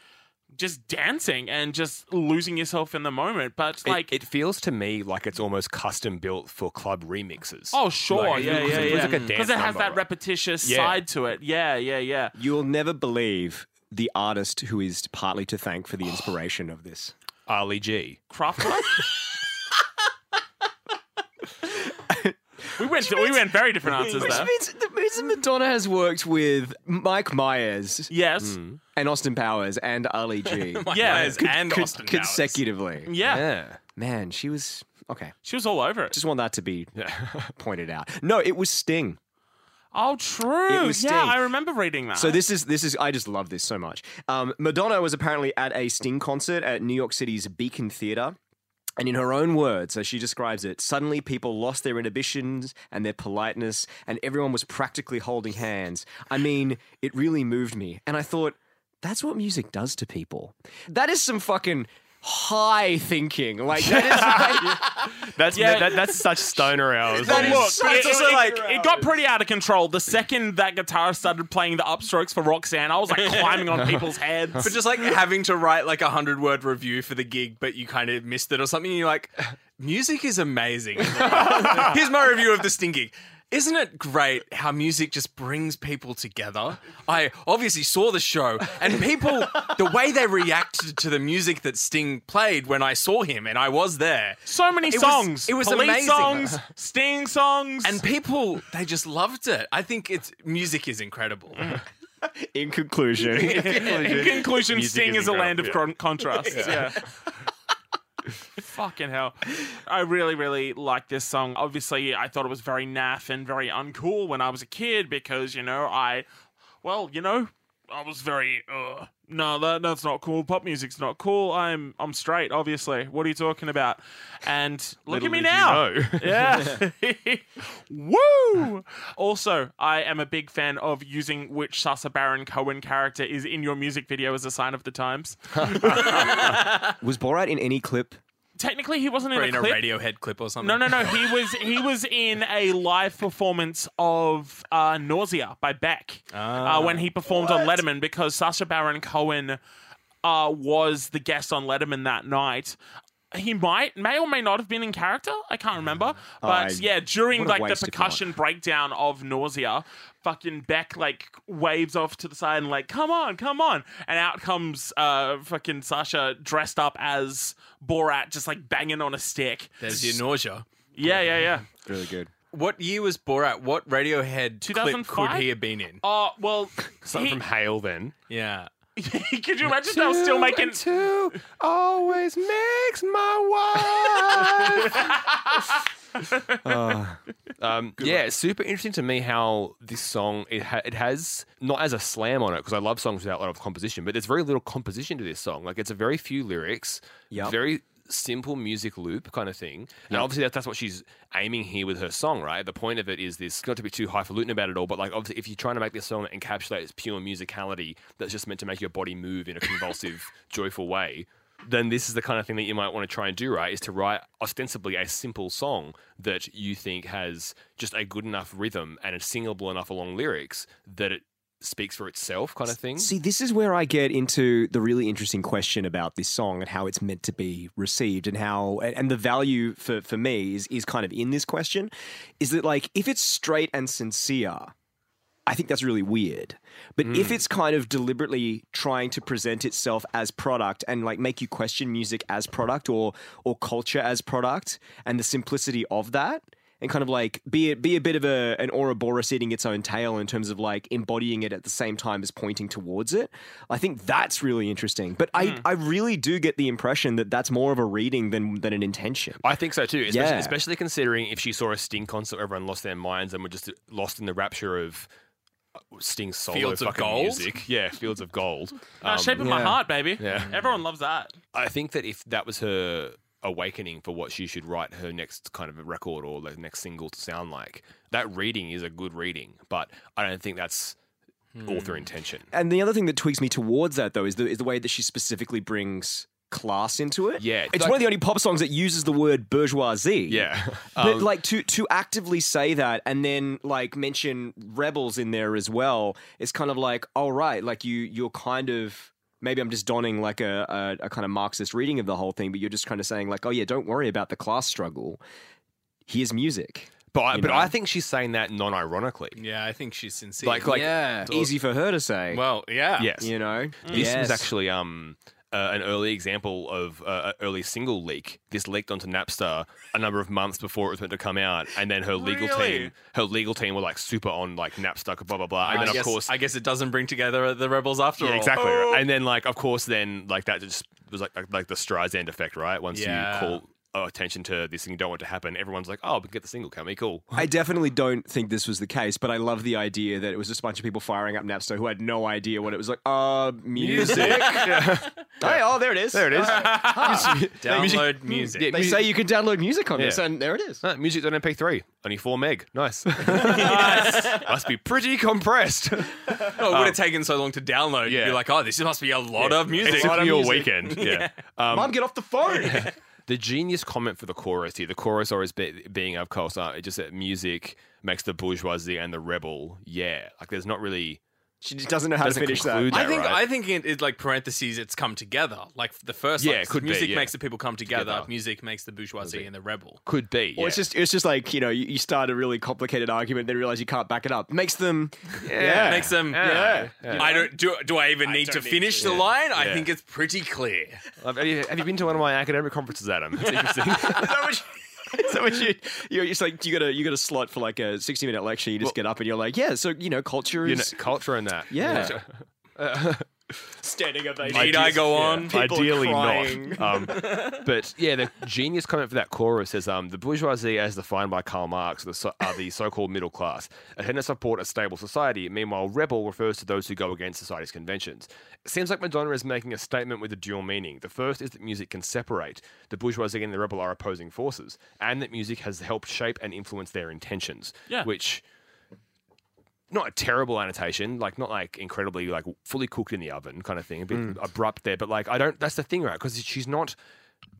Speaker 2: just dancing and just losing yourself in the moment. But
Speaker 1: Like
Speaker 2: like,
Speaker 1: it feels to me like it's almost custom built for club remixes.
Speaker 2: oh, sure.
Speaker 1: Like,
Speaker 2: yeah,
Speaker 1: it was-
Speaker 2: yeah,
Speaker 1: it
Speaker 2: yeah.
Speaker 1: was like a
Speaker 2: Because
Speaker 1: dance
Speaker 2: it has
Speaker 1: number,
Speaker 2: that
Speaker 1: right?
Speaker 2: repetitious
Speaker 1: Yeah.
Speaker 2: side to it. Yeah, yeah, yeah.
Speaker 5: You'll never believe the artist who is partly to thank for the inspiration of this.
Speaker 1: Ali G.
Speaker 2: Kraftwerk. we went. we went very different answers
Speaker 5: Which
Speaker 2: there.
Speaker 5: means, that means that Madonna has worked with Mike Myers
Speaker 2: Yes.
Speaker 5: and Austin Powers and Ali G
Speaker 2: Yeah.
Speaker 3: Myers and
Speaker 5: con-
Speaker 3: Austin Powers.
Speaker 5: consecutively.
Speaker 2: Yeah.
Speaker 1: Yeah.
Speaker 5: Man, she was okay.
Speaker 2: She was all over it.
Speaker 5: Just want that to be pointed out. No, it was Sting.
Speaker 2: Oh, true.
Speaker 5: It was
Speaker 2: yeah,
Speaker 5: Sting.
Speaker 2: I remember reading that.
Speaker 5: So this is this is I just love this so much. Um, Madonna was apparently at a Sting concert at New York City's Beacon Theater. And in her own words, as she describes it, suddenly people lost their inhibitions and their politeness, and everyone was practically holding hands. I mean, it really moved me. And I thought, that's what music does to people. That is some fucking high thinking. Like that is like
Speaker 1: That's
Speaker 2: Yeah.
Speaker 1: that, that's such stoner hours.
Speaker 5: That
Speaker 1: man.
Speaker 5: is-
Speaker 2: Look,
Speaker 5: so
Speaker 2: it, it-
Speaker 5: so
Speaker 2: it- it got pretty out of control. The second that guitarist started playing the upstrokes for Roxanne, I was like climbing on people's heads.
Speaker 3: But just like having to write like a hundred word review for the gig, but you kind of missed it or something. And you're like, music is amazing. Here's my review of the Sting gig. Isn't it great how music just brings people together? I obviously saw the show, and people, the way they reacted to the music that Sting played when I saw him and I was there.
Speaker 2: so many
Speaker 3: It was-
Speaker 2: songs.
Speaker 3: it was
Speaker 2: Police
Speaker 3: amazing.
Speaker 2: songs, Sting songs,
Speaker 3: And people, they just loved it. I think it's music is incredible.
Speaker 2: Mm.
Speaker 5: in conclusion.
Speaker 2: In conclusion,
Speaker 1: Music
Speaker 2: Sting
Speaker 1: is
Speaker 2: is, a land of
Speaker 1: incredible,
Speaker 2: con- contrasts. yeah. Fucking hell. I really, really like this song. Obviously, I thought it was very naff and very uncool when I was a kid because, you know, I, well, you know, I was very, uh, no, that, that's not cool. Pop music's not cool. I'm I'm straight, obviously. What are you talking about? And look at me now.
Speaker 1: No.
Speaker 2: Yeah. Woo! Also, I am a big fan of using which Sasa Baron Cohen character is in your music video as a sign of the times.
Speaker 5: Was Borat in any clip?
Speaker 2: Technically, he wasn't in
Speaker 3: In
Speaker 2: a
Speaker 3: a
Speaker 2: clip.
Speaker 3: Radiohead clip or something.
Speaker 2: No, no, no. He was he was in a live performance of uh, "Nausea" by Beck
Speaker 5: Ah.
Speaker 2: uh, when he performed on Letterman because Sasha Baron Cohen uh, was the guest on Letterman that night. He might, may or may not have been in character. I can't remember. But
Speaker 5: Mm. I-
Speaker 2: yeah, during
Speaker 5: what a
Speaker 2: like the
Speaker 5: waste if not.
Speaker 2: percussion breakdown of Nausea, fucking Beck like waves off to the side and like, come on, come on. And out comes uh fucking Sasha dressed up as Borat, just like banging on a stick.
Speaker 3: There's your nausea.
Speaker 2: Yeah, yeah, yeah.
Speaker 5: Really good.
Speaker 3: What year was Borat? What Radiohead clip
Speaker 2: 2005?
Speaker 3: could he have been in?
Speaker 2: Oh, well,
Speaker 1: Something from Hale then.
Speaker 3: Yeah.
Speaker 2: he- could you imagine they were still making.
Speaker 1: two always makes my wife. Um, yeah, it's super interesting to me how this song it ha- it has not as a slam on it because I love songs without a lot of composition, but there's very little composition to this song. Like it's a very few lyrics,
Speaker 5: Yep.
Speaker 1: very simple music loop kind of thing. And obviously that's, that's what she's aiming here with her song, right? The point of it is this not to be too highfalutin about it all, but like obviously if you're trying to make this song that encapsulates pure musicality that's just meant to make your body move in a convulsive, joyful way, then this is the kind of thing that you might want to try and do, right? Is to write ostensibly a simple song that you think has just a good enough rhythm and is singable enough along lyrics that it speaks for itself, kind of thing.
Speaker 5: See, this is where I get into the really interesting question about this song and how it's meant to be received and how and, and the value for, for me is is kind of in this question. Is that like if it's straight and sincere, I think that's really weird. But if it's kind of deliberately trying to present itself as product and like make you question music as product or or culture as product and the simplicity of that and kind of like be it be a bit of a an Ouroboros eating its own tail in terms of like embodying it at the same time as pointing towards it. I think that's really interesting. But I I really do get the impression that that's more of a reading than than an intention.
Speaker 1: I think so too, especially,
Speaker 5: Yeah.
Speaker 1: especially considering if she saw a Sting concert, where everyone lost their minds and were just lost in the rapture of uh, Sting's solo
Speaker 3: Fields of
Speaker 1: fucking
Speaker 3: Gold?
Speaker 1: music. Yeah, Fields of Gold.
Speaker 2: Uh,
Speaker 1: Um,
Speaker 2: shape of my
Speaker 5: yeah.
Speaker 2: heart, baby.
Speaker 1: Yeah.
Speaker 2: Everyone loves that.
Speaker 1: I think that if that was her awakening for what she should write her next kind of record or the next single to sound like, that reading is a good reading, but I don't think that's author intention.
Speaker 5: And the other thing that tweaks me towards that though is the is the way that she specifically brings class into it.
Speaker 1: Yeah,
Speaker 5: It's
Speaker 1: like-
Speaker 5: one of the only pop songs that uses the word bourgeoisie.
Speaker 1: Yeah.
Speaker 5: But
Speaker 1: Um,
Speaker 5: like to to actively say that and then like mention rebels in there as well, it's kind of like, all right, like you you're kind of maybe I'm just donning like a, a, a kind of Marxist reading of the whole thing, but you're just kind of saying like, oh yeah, don't worry about the class struggle. Here's music.
Speaker 1: but I,
Speaker 5: you
Speaker 1: but
Speaker 5: know.
Speaker 1: I think she's saying that non ironically.
Speaker 3: Yeah, I think she's sincere.
Speaker 1: Like, like,
Speaker 5: yeah. Easy for her to say.
Speaker 3: well, yeah.
Speaker 1: yes.
Speaker 5: you know?
Speaker 1: This
Speaker 5: Yes.
Speaker 1: was actually um, uh, an early example of uh, an early single leak. This leaked onto Napster a number of months before it was meant to come out, and then her legal
Speaker 2: Really?
Speaker 1: team, her legal team were like super on like Napster, blah blah blah, and
Speaker 3: I
Speaker 1: then
Speaker 3: guess,
Speaker 1: of course,
Speaker 3: I guess it doesn't bring together the rebels after
Speaker 1: yeah,
Speaker 3: all. Oh,
Speaker 1: exactly, and then like of course, then like that just was like like, like the Streisand effect, right? Once
Speaker 3: Yeah.
Speaker 1: you call uh, attention to this thing you don't want to happen, everyone's like, oh, we can get the single coming, cool.
Speaker 5: I definitely don't think this was the case, but I love the idea that it was just a bunch of people firing up Napster who had no idea what it was like. Uh, music. Hey, oh, there it is.
Speaker 1: there it is.
Speaker 3: Download music.
Speaker 1: Yeah,
Speaker 5: They
Speaker 1: mu-
Speaker 5: say you can download music on this,
Speaker 1: Yeah.
Speaker 5: and there it is.
Speaker 1: uh, music's on MP3, only four meg. Nice. Must be pretty compressed.
Speaker 3: Oh, it would have taken so long to download. You'd be
Speaker 1: Um, yeah.
Speaker 3: like, oh, this must be a lot of music.
Speaker 1: it took me all weekend. Yeah. Um,
Speaker 5: Mom, get off the phone.
Speaker 1: the genius comment for the chorus here, the chorus always be, being, of course, uh, it just that music makes the bourgeoisie and the rebel. Yeah. Like there's not really.
Speaker 5: she just doesn't know how
Speaker 1: Doesn't
Speaker 5: to finish that.
Speaker 1: conclude
Speaker 3: I think
Speaker 1: right?
Speaker 3: I think it, it like parentheses. It's come together. Like the first.
Speaker 1: Yeah,
Speaker 3: line
Speaker 1: it
Speaker 3: is,
Speaker 1: could be,
Speaker 3: music
Speaker 1: yeah.
Speaker 3: makes the people come together.
Speaker 1: Together.
Speaker 3: Music makes the bourgeoisie and the rebel.
Speaker 1: Could be.
Speaker 5: Or it's
Speaker 1: yeah.
Speaker 5: just it's just like you know you, you start a really complicated argument, then realize you can't back it up. Makes them yeah.
Speaker 3: Makes them.
Speaker 1: Yeah.
Speaker 3: I don't. Do, do I even need to finish the line? I
Speaker 1: Yeah.
Speaker 3: think it's pretty clear.
Speaker 1: Have you, have you been to one of my academic conferences, Adam? It's interesting.
Speaker 5: so when you you're just like you got a you got a slot for like a sixty minute lecture, you just get up and you're like, yeah, so you know culture
Speaker 1: you know,
Speaker 5: is
Speaker 1: culture and that.
Speaker 5: yeah.
Speaker 4: Standing ovation.
Speaker 3: Need I go on?
Speaker 5: People are
Speaker 1: Ideally
Speaker 5: crying.
Speaker 1: not. Um, but yeah, the genius comment for that chorus is um, the bourgeoisie, as defined by Karl Marx, the so- are the so-called middle class, a tend to support a stable society. Meanwhile, rebel refers to those who go against society's conventions. It seems like Madonna is making a statement with a dual meaning. The first is that music can separate. The bourgeoisie and the rebel are opposing forces, and that music has helped shape and influence their intentions.
Speaker 2: Yeah.
Speaker 1: Which not a terrible annotation, like not like incredibly like fully cooked in the oven kind of thing, a bit abrupt there. But like I don't. That's the thing, right? Because she's not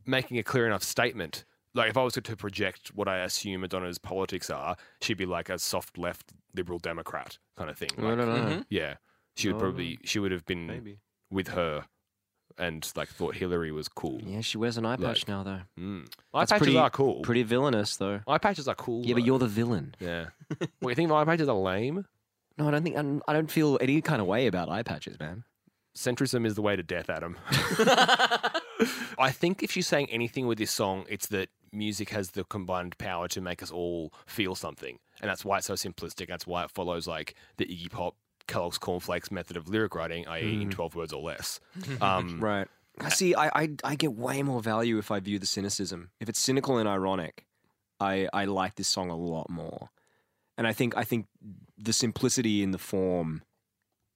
Speaker 1: making a clear enough statement. Like if I was to project what I assume Madonna's politics are, she'd be like a soft left liberal Democrat kind of thing. Like, Yeah, she would probably she would have been
Speaker 5: Oh. Maybe.
Speaker 1: with her and like thought Hillary was cool.
Speaker 5: Yeah, she wears an eye patch
Speaker 1: patch
Speaker 5: now though.
Speaker 1: Mm. Eye patches are cool.
Speaker 5: Pretty villainous though.
Speaker 1: Eye patches are cool.
Speaker 5: Yeah, but you're the villain.
Speaker 1: yeah. What you think? Eye patches are lame.
Speaker 5: No, I don't think I'm, I don't feel any kind of way about eye patches, man.
Speaker 1: Centrism is the way to death, Adam. I think if she's saying anything with this song, it's that music has the combined power to make us all feel something. And that's why it's so simplistic. That's why it follows like the Iggy Pop Kellogg's Cornflakes method of lyric writing, i.e.,
Speaker 2: Hmm.
Speaker 1: in 12 words or less. Um,
Speaker 5: Right. I see. I, I I get way more value if I view the cynicism. If it's cynical and ironic, I I like this song a lot more. And I think I think the simplicity in the form,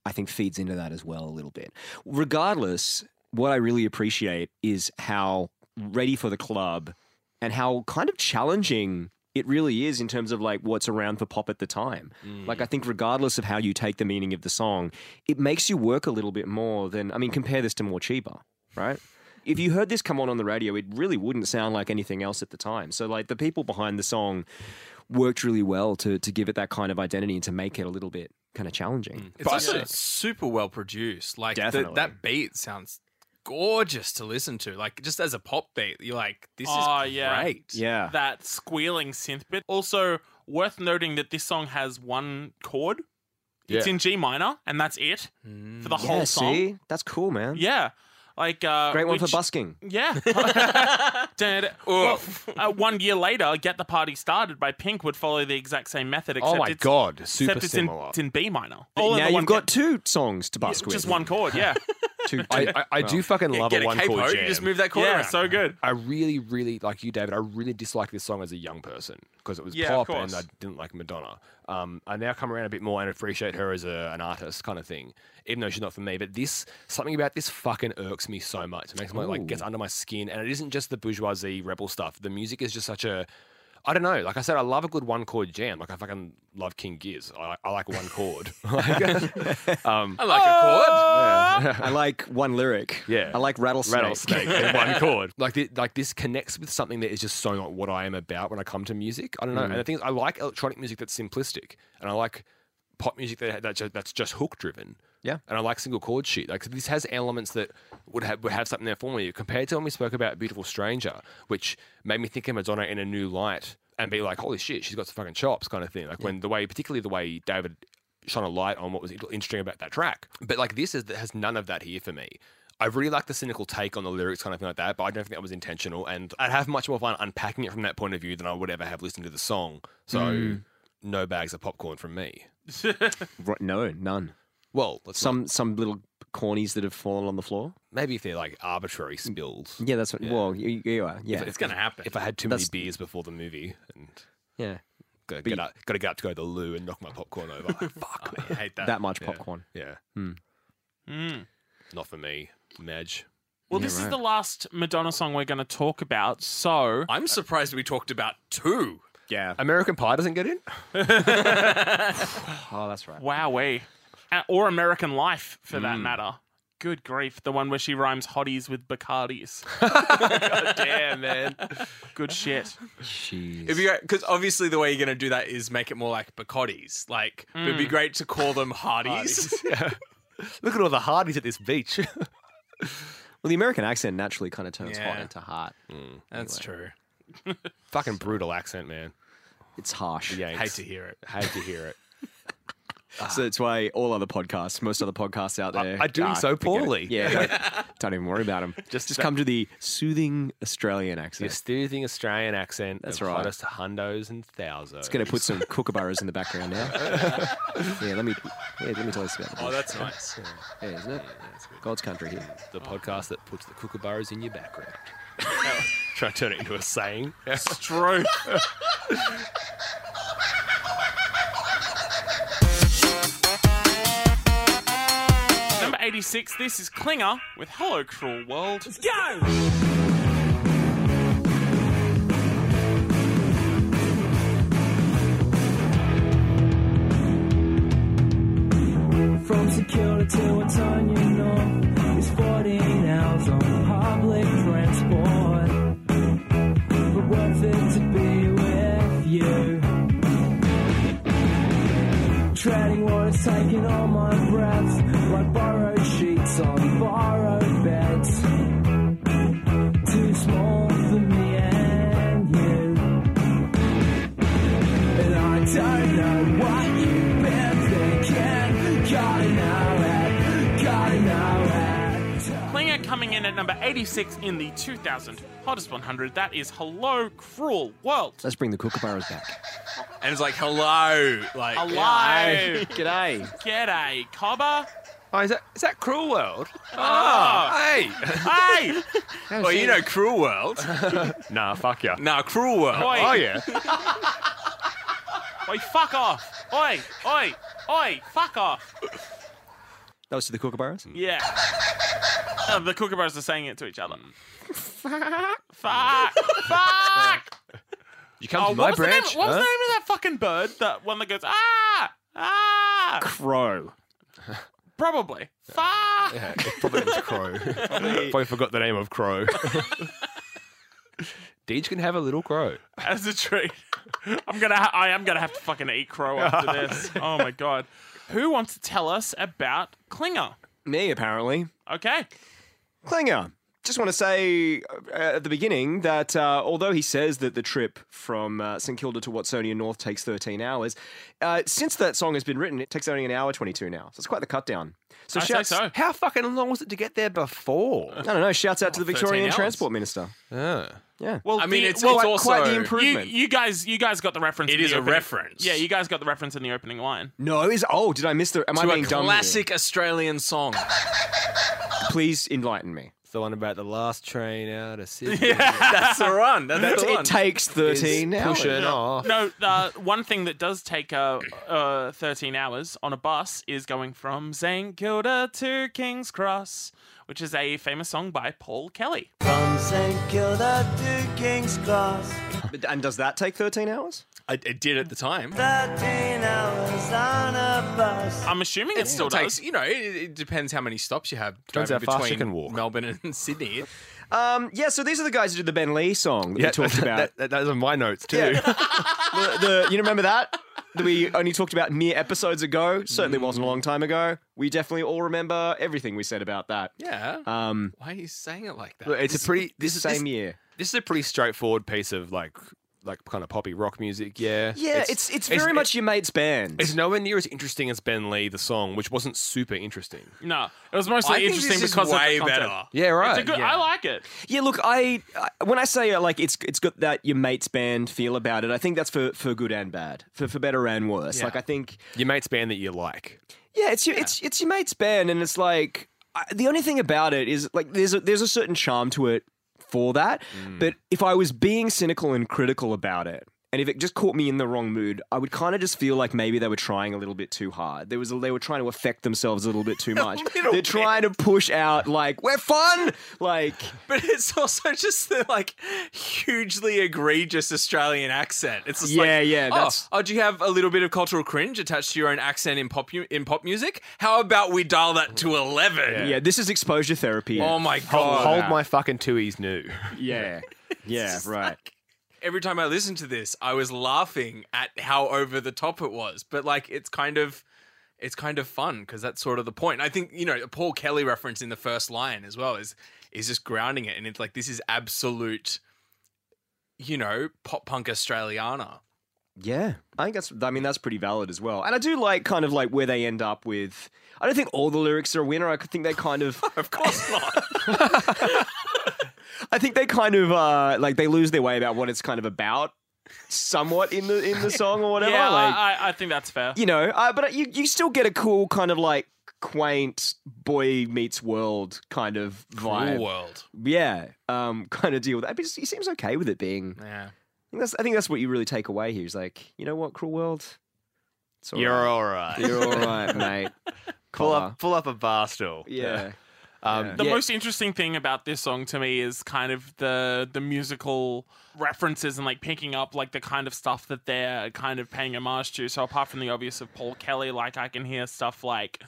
Speaker 5: I think feeds into that as well a little bit. Regardless, what I really appreciate is how ready for the club, and how kind of challenging it really is in terms of like what's around for pop at the time.
Speaker 2: Mm.
Speaker 5: Like I think regardless of how you take the meaning of the song, it makes you work a little bit more than I mean compare this to more Chiba, right? If you heard this come on on the radio, it really wouldn't sound like anything else at the time. So like the people behind the song worked really well to to give it that kind of identity and to make it a little bit kind of challenging.
Speaker 2: Mm.
Speaker 3: It's also super well produced. Like the,
Speaker 5: Definitely.
Speaker 3: that beat sounds gorgeous to listen to. Like just as a pop beat, you're like, this
Speaker 2: Oh,
Speaker 3: is
Speaker 2: yeah.
Speaker 3: great.
Speaker 5: Yeah.
Speaker 2: that squealing synth bit. Also, worth noting that this song has one chord. It's
Speaker 1: Yeah. Mm.
Speaker 2: in G minor, and that's it for the
Speaker 5: yeah,
Speaker 2: whole song.
Speaker 5: see? That's cool, man.
Speaker 2: Yeah, like uh,
Speaker 5: Great one
Speaker 2: which-
Speaker 5: for busking.
Speaker 2: Yeah. Dad, well, uh, one year later, "Get the Party Started" by Pink would follow the exact same method. Except
Speaker 1: Oh my
Speaker 2: it's,
Speaker 1: God, super
Speaker 2: Except it's in,
Speaker 1: similar.
Speaker 2: it's in B minor. All in
Speaker 5: Now
Speaker 2: the one
Speaker 5: you've got
Speaker 2: get-
Speaker 5: two songs to busk with.
Speaker 2: just one chord. Yeah,
Speaker 5: Two-
Speaker 1: I, I, I do fucking love
Speaker 3: Get
Speaker 1: a
Speaker 3: a
Speaker 1: one chord
Speaker 3: capo,
Speaker 1: jam.
Speaker 3: you just move that chord
Speaker 2: yeah,
Speaker 3: around.
Speaker 2: so good.
Speaker 1: I really, really like you, David. I really disliked this song as a young person because it was
Speaker 2: Yeah, of
Speaker 1: pop, and I
Speaker 2: course.
Speaker 1: didn't like Madonna. Um, I now come around a bit more and appreciate her as a, an artist, kind of thing. Even though she's not for me, but this something about this fucking irks me so much. It makes me like gets under my skin, and it isn't just the bourgeoisie rebel stuff. The music is just such a I don't know. Like I said, I love a good one chord jam. Like I fucking love King Gears. I, I like one chord.
Speaker 3: I like a chord.
Speaker 5: I like one lyric.
Speaker 1: Yeah.
Speaker 5: I like rattlesnake.
Speaker 1: rattlesnake in one chord. Like, thi- like this connects with something that is just so not what I am about when I come to music. I don't know. And the thing is, I like electronic music that's simplistic, and I like pop music that, that ju- that's just hook driven.
Speaker 5: Yeah.
Speaker 1: and I like single chord shit. Like this has elements that would have would have something there for me compared to when we spoke about Beautiful Stranger, which made me think of Madonna in a new light and be like, holy shit, she's got some fucking chops, kind of thing. Like when the way, particularly the way David shone a light on what was interesting about that track. But like this is that has none of that here for me. I really like the cynical take on the lyrics, kind of thing like that, but I don't think that was intentional. And I'd have much more fun unpacking it from that point of view than I would ever have listening to the song. So, no bags of popcorn from me.
Speaker 5: Ro- No, none.
Speaker 1: Well, let's
Speaker 5: Some some little cornies that have fallen on the floor?
Speaker 1: Maybe if they're like arbitrary spills.
Speaker 5: Yeah, that's what. Well, you, you are. Yeah,
Speaker 3: It's going to happen.
Speaker 1: If I had too
Speaker 5: That's-
Speaker 1: many beers before the movie and
Speaker 5: yeah.
Speaker 1: gotta
Speaker 5: But
Speaker 1: get
Speaker 5: you-
Speaker 1: up, gotta get up to go to the loo and knock my popcorn over. Like, fuck me.
Speaker 3: I hate that.
Speaker 5: That much popcorn.
Speaker 1: Yeah,
Speaker 2: Mm.
Speaker 1: not for me, Madge.
Speaker 2: Well, this is the last Madonna song we're going to talk about. So
Speaker 3: I'm surprised we talked about two.
Speaker 5: Yeah.
Speaker 1: American Pie doesn't get in.
Speaker 5: Oh, that's right.
Speaker 2: Wowee. Uh, Or American Life, for that matter. Good grief. The one where she rhymes hotties with Bacardis.
Speaker 1: Damn, man.
Speaker 2: Good shit.
Speaker 5: Jeez.
Speaker 3: It'd be great because obviously the way you're going to do that is make it more like Bacottis. Like it'd be great to call them Hardies.
Speaker 1: Look at all the hardies at this beach.
Speaker 5: well, the American accent naturally kind of turns hot
Speaker 3: Yeah.
Speaker 5: into heart.
Speaker 3: That's true.
Speaker 1: Fucking brutal accent, man.
Speaker 5: It's harsh.
Speaker 1: Yeah,
Speaker 3: Hate to hear it.
Speaker 1: Hate to hear it.
Speaker 5: So that's why all other podcasts, most other podcasts out there,
Speaker 1: are doing
Speaker 5: ah,
Speaker 1: so
Speaker 5: forget it.
Speaker 1: poorly.
Speaker 5: Yeah. don't- don't even worry about them. Just, just come to the soothing Australian accent.
Speaker 1: Your soothing Australian accent.
Speaker 5: That's
Speaker 1: of
Speaker 5: right.
Speaker 1: Hottest hundos and thousands.
Speaker 5: It's going to put some kookaburras in the background now. yeah, let me yeah, let me tell us about the
Speaker 3: Oh,
Speaker 5: bush.
Speaker 3: that's nice.
Speaker 5: yeah, isn't it? God's country here.
Speaker 1: the podcast that puts the kookaburras in your background. Try to turn it into a saying.
Speaker 2: It's true. Number 86, this is Klinger with Hello Cruel World. Let's go!
Speaker 8: From secure to a ton you know is 14 hours on public transport. But worth it to be with you. Treading water's taking all my breath, like borrowed sheets on borrowed beds. Too small for me and you. And I don't know what you've been thinking. Gotta know it, gotta know it.
Speaker 2: Klinger coming in at number 86 in the 2000 Hottest 100. That is Hello Cruel World.
Speaker 5: Let's bring the kookaburras back.
Speaker 3: And it's like hello, like
Speaker 2: Alive.
Speaker 5: G'day.
Speaker 2: G'day, Cobber.
Speaker 1: Oh, is that is that Cruel World?
Speaker 3: Hey,
Speaker 2: Hey!
Speaker 3: well you know Cruel World.
Speaker 1: Nah, fuck yeah.
Speaker 3: Nah, Cruel World.
Speaker 2: Oi.
Speaker 1: Oh yeah.
Speaker 2: Oi, fuck off! Oi, oi, oi, fuck off!
Speaker 5: That was to the kookaburras.
Speaker 2: Yeah. Uh, the kookaburras are saying it to each other. Fuck! Fuck!
Speaker 1: You come
Speaker 2: Oh,
Speaker 1: to
Speaker 2: what
Speaker 1: my
Speaker 2: was the
Speaker 1: branch.
Speaker 2: name- what was the
Speaker 1: huh?
Speaker 2: name of that fucking bird? That one that goes, ah! Ah!
Speaker 5: Crow.
Speaker 2: Probably. Fuck!
Speaker 1: Probably was Crow. Probably forgot the name of Crow. Deej can have a little crow.
Speaker 2: As a treat. I'm gonna ha- I am gonna have to fucking eat crow after this. Oh my god. Who wants to tell us about Klinger?
Speaker 5: Me apparently.
Speaker 2: Okay.
Speaker 5: Klinger. Just want to say uh, at the beginning that uh, although he says that the trip from uh, St Kilda to Watsonia North takes 13 hours, uh, since that song has been written, it takes only an hour 22 now. So it's quite the cut down. So
Speaker 2: I say
Speaker 5: shouts,
Speaker 2: so.
Speaker 1: How fucking long was it to get there before?
Speaker 5: I don't know. Shouts out to the
Speaker 3: 13
Speaker 5: Victorian
Speaker 3: hours.
Speaker 5: Transport Minister. Yeah.
Speaker 2: Well,
Speaker 3: I mean,
Speaker 2: the-
Speaker 3: it's,
Speaker 2: well,
Speaker 3: it's
Speaker 5: quite-
Speaker 3: also
Speaker 5: quite the improve-
Speaker 2: you,
Speaker 5: improvement.
Speaker 2: you guys you guys got the reference.
Speaker 3: It
Speaker 2: in the
Speaker 3: is a
Speaker 2: opening-
Speaker 3: reference.
Speaker 2: Yeah, you guys got the reference in the opening line.
Speaker 5: No, is oh, did I miss the? Am I
Speaker 3: to a
Speaker 5: being dumb? here?
Speaker 3: classic Australian song.
Speaker 5: Please enlighten me.
Speaker 1: It's the one about the last train out of Sydney.
Speaker 3: That's the run. That's, the
Speaker 5: It
Speaker 3: one.
Speaker 5: takes
Speaker 1: Is
Speaker 5: thirteen hours.
Speaker 1: pushing off.
Speaker 2: No, uh, one thing that does take uh, uh, 13 hours on a bus is going from St Kilda to King's Cross, which is a famous song by Paul Kelly.
Speaker 8: From St Kilda to King's Cross,
Speaker 5: But- And does that take thirteen hours?
Speaker 3: I, it did at the time.
Speaker 8: 13 hours on a bus.
Speaker 2: I'm assuming it still
Speaker 3: It takes,
Speaker 2: does.
Speaker 3: you know, it, it depends how many stops you have
Speaker 1: Depends
Speaker 3: driving
Speaker 1: how fast
Speaker 3: between
Speaker 1: you can walk.
Speaker 3: Melbourne and Sydney.
Speaker 5: Um, yeah. So these are the guys who did the Ben Lee song that we talked about.
Speaker 1: That, that, those are my notes too.
Speaker 5: Yeah. the, the- you remember that that we only talked about mere episodes ago? Certainly wasn't a long time ago. We definitely all remember everything we said about that.
Speaker 3: Yeah.
Speaker 5: Um,
Speaker 3: Why are you saying it like that?
Speaker 1: Look, It's a pretty. This is
Speaker 5: same
Speaker 1: This,
Speaker 5: year.
Speaker 1: this is a pretty straightforward piece of like, like kind of poppy rock music. Yeah.
Speaker 5: Yeah, it's it's, very much your mate's band.
Speaker 1: It's nowhere near as interesting as Ben Lee the song, which wasn't super interesting.
Speaker 2: No, it was
Speaker 3: I
Speaker 2: mostly
Speaker 3: think
Speaker 2: interesting
Speaker 3: this is
Speaker 2: because
Speaker 3: way
Speaker 2: of the content.
Speaker 3: better.
Speaker 1: Yeah,
Speaker 2: It's
Speaker 1: right.
Speaker 2: a good. I like it.
Speaker 5: Yeah, look, I I- when I say uh, like it's it's got that your mate's band feel about it. I think that's for for good and bad, for for better and worse. Like I think
Speaker 1: Your mate's band that you like.
Speaker 5: yeah, it's your it's it's your mate's band, and it's like I, the only thing about it is like there's a, there's a certain charm to it for that. But if I was being cynical and critical about it, and if it just caught me in the wrong mood, I would kind of just feel like maybe they were trying a little bit too hard. There was a, they were trying to affect themselves a little bit too much. They're trying to push out like we're fun, like
Speaker 3: But it's also just the like hugely egregious Australian accent. It's just
Speaker 5: Yeah,
Speaker 3: like,
Speaker 5: yeah,
Speaker 3: Oh,
Speaker 5: that's-
Speaker 3: oh, do you have a little bit of cultural cringe attached to your own accent in pop mu- in pop music? How about we dial that to eleven?
Speaker 5: "Oh, yeah. This is exposure therapy.
Speaker 3: Oh my god!
Speaker 1: Hold my fucking twoies new.
Speaker 5: yeah, yeah, right.
Speaker 3: Every time I listened to this, I was laughing at how over the top it was. But like, it's kind of, it's kind of fun because that's sort of the point. I think you know a Paul Kelly reference in the first line as well is is just grounding it, and it's like this is absolute, you know, pop punk Australiana.
Speaker 5: Yeah, I think that's. I mean, that's pretty valid as well. And I do like kind of like where they end up with. I don't think all the lyrics are a winner. I think they kind of.
Speaker 3: Of course not.
Speaker 5: I think they kind of uh like they lose their way about what it's kind of about, somewhat in the in the song or whatever.
Speaker 2: yeah,
Speaker 5: like
Speaker 2: I, I, I think that's fair.
Speaker 5: you know, uh, but you you still get a cool kind of like quaint boy meets world kind of vibe.
Speaker 3: Cool world.
Speaker 5: Yeah, um, kind of deal with that. But he seems okay with it being. I
Speaker 3: Yeah.
Speaker 5: think that's. I think that's what you really take away here. He's like, you know what, cruel world. It's all right.
Speaker 1: You're all right.
Speaker 5: You're all right, mate.
Speaker 1: Pull
Speaker 5: Collar.
Speaker 1: up, pull up a bar stool.
Speaker 5: Yeah.
Speaker 1: Um,
Speaker 2: The
Speaker 5: Yeah.
Speaker 2: most interesting thing about this song to me is kind of the the musical references and like picking up like the kind of stuff that they're kind of paying homage to. So apart from the obvious of Paul Kelly, like I can hear stuff like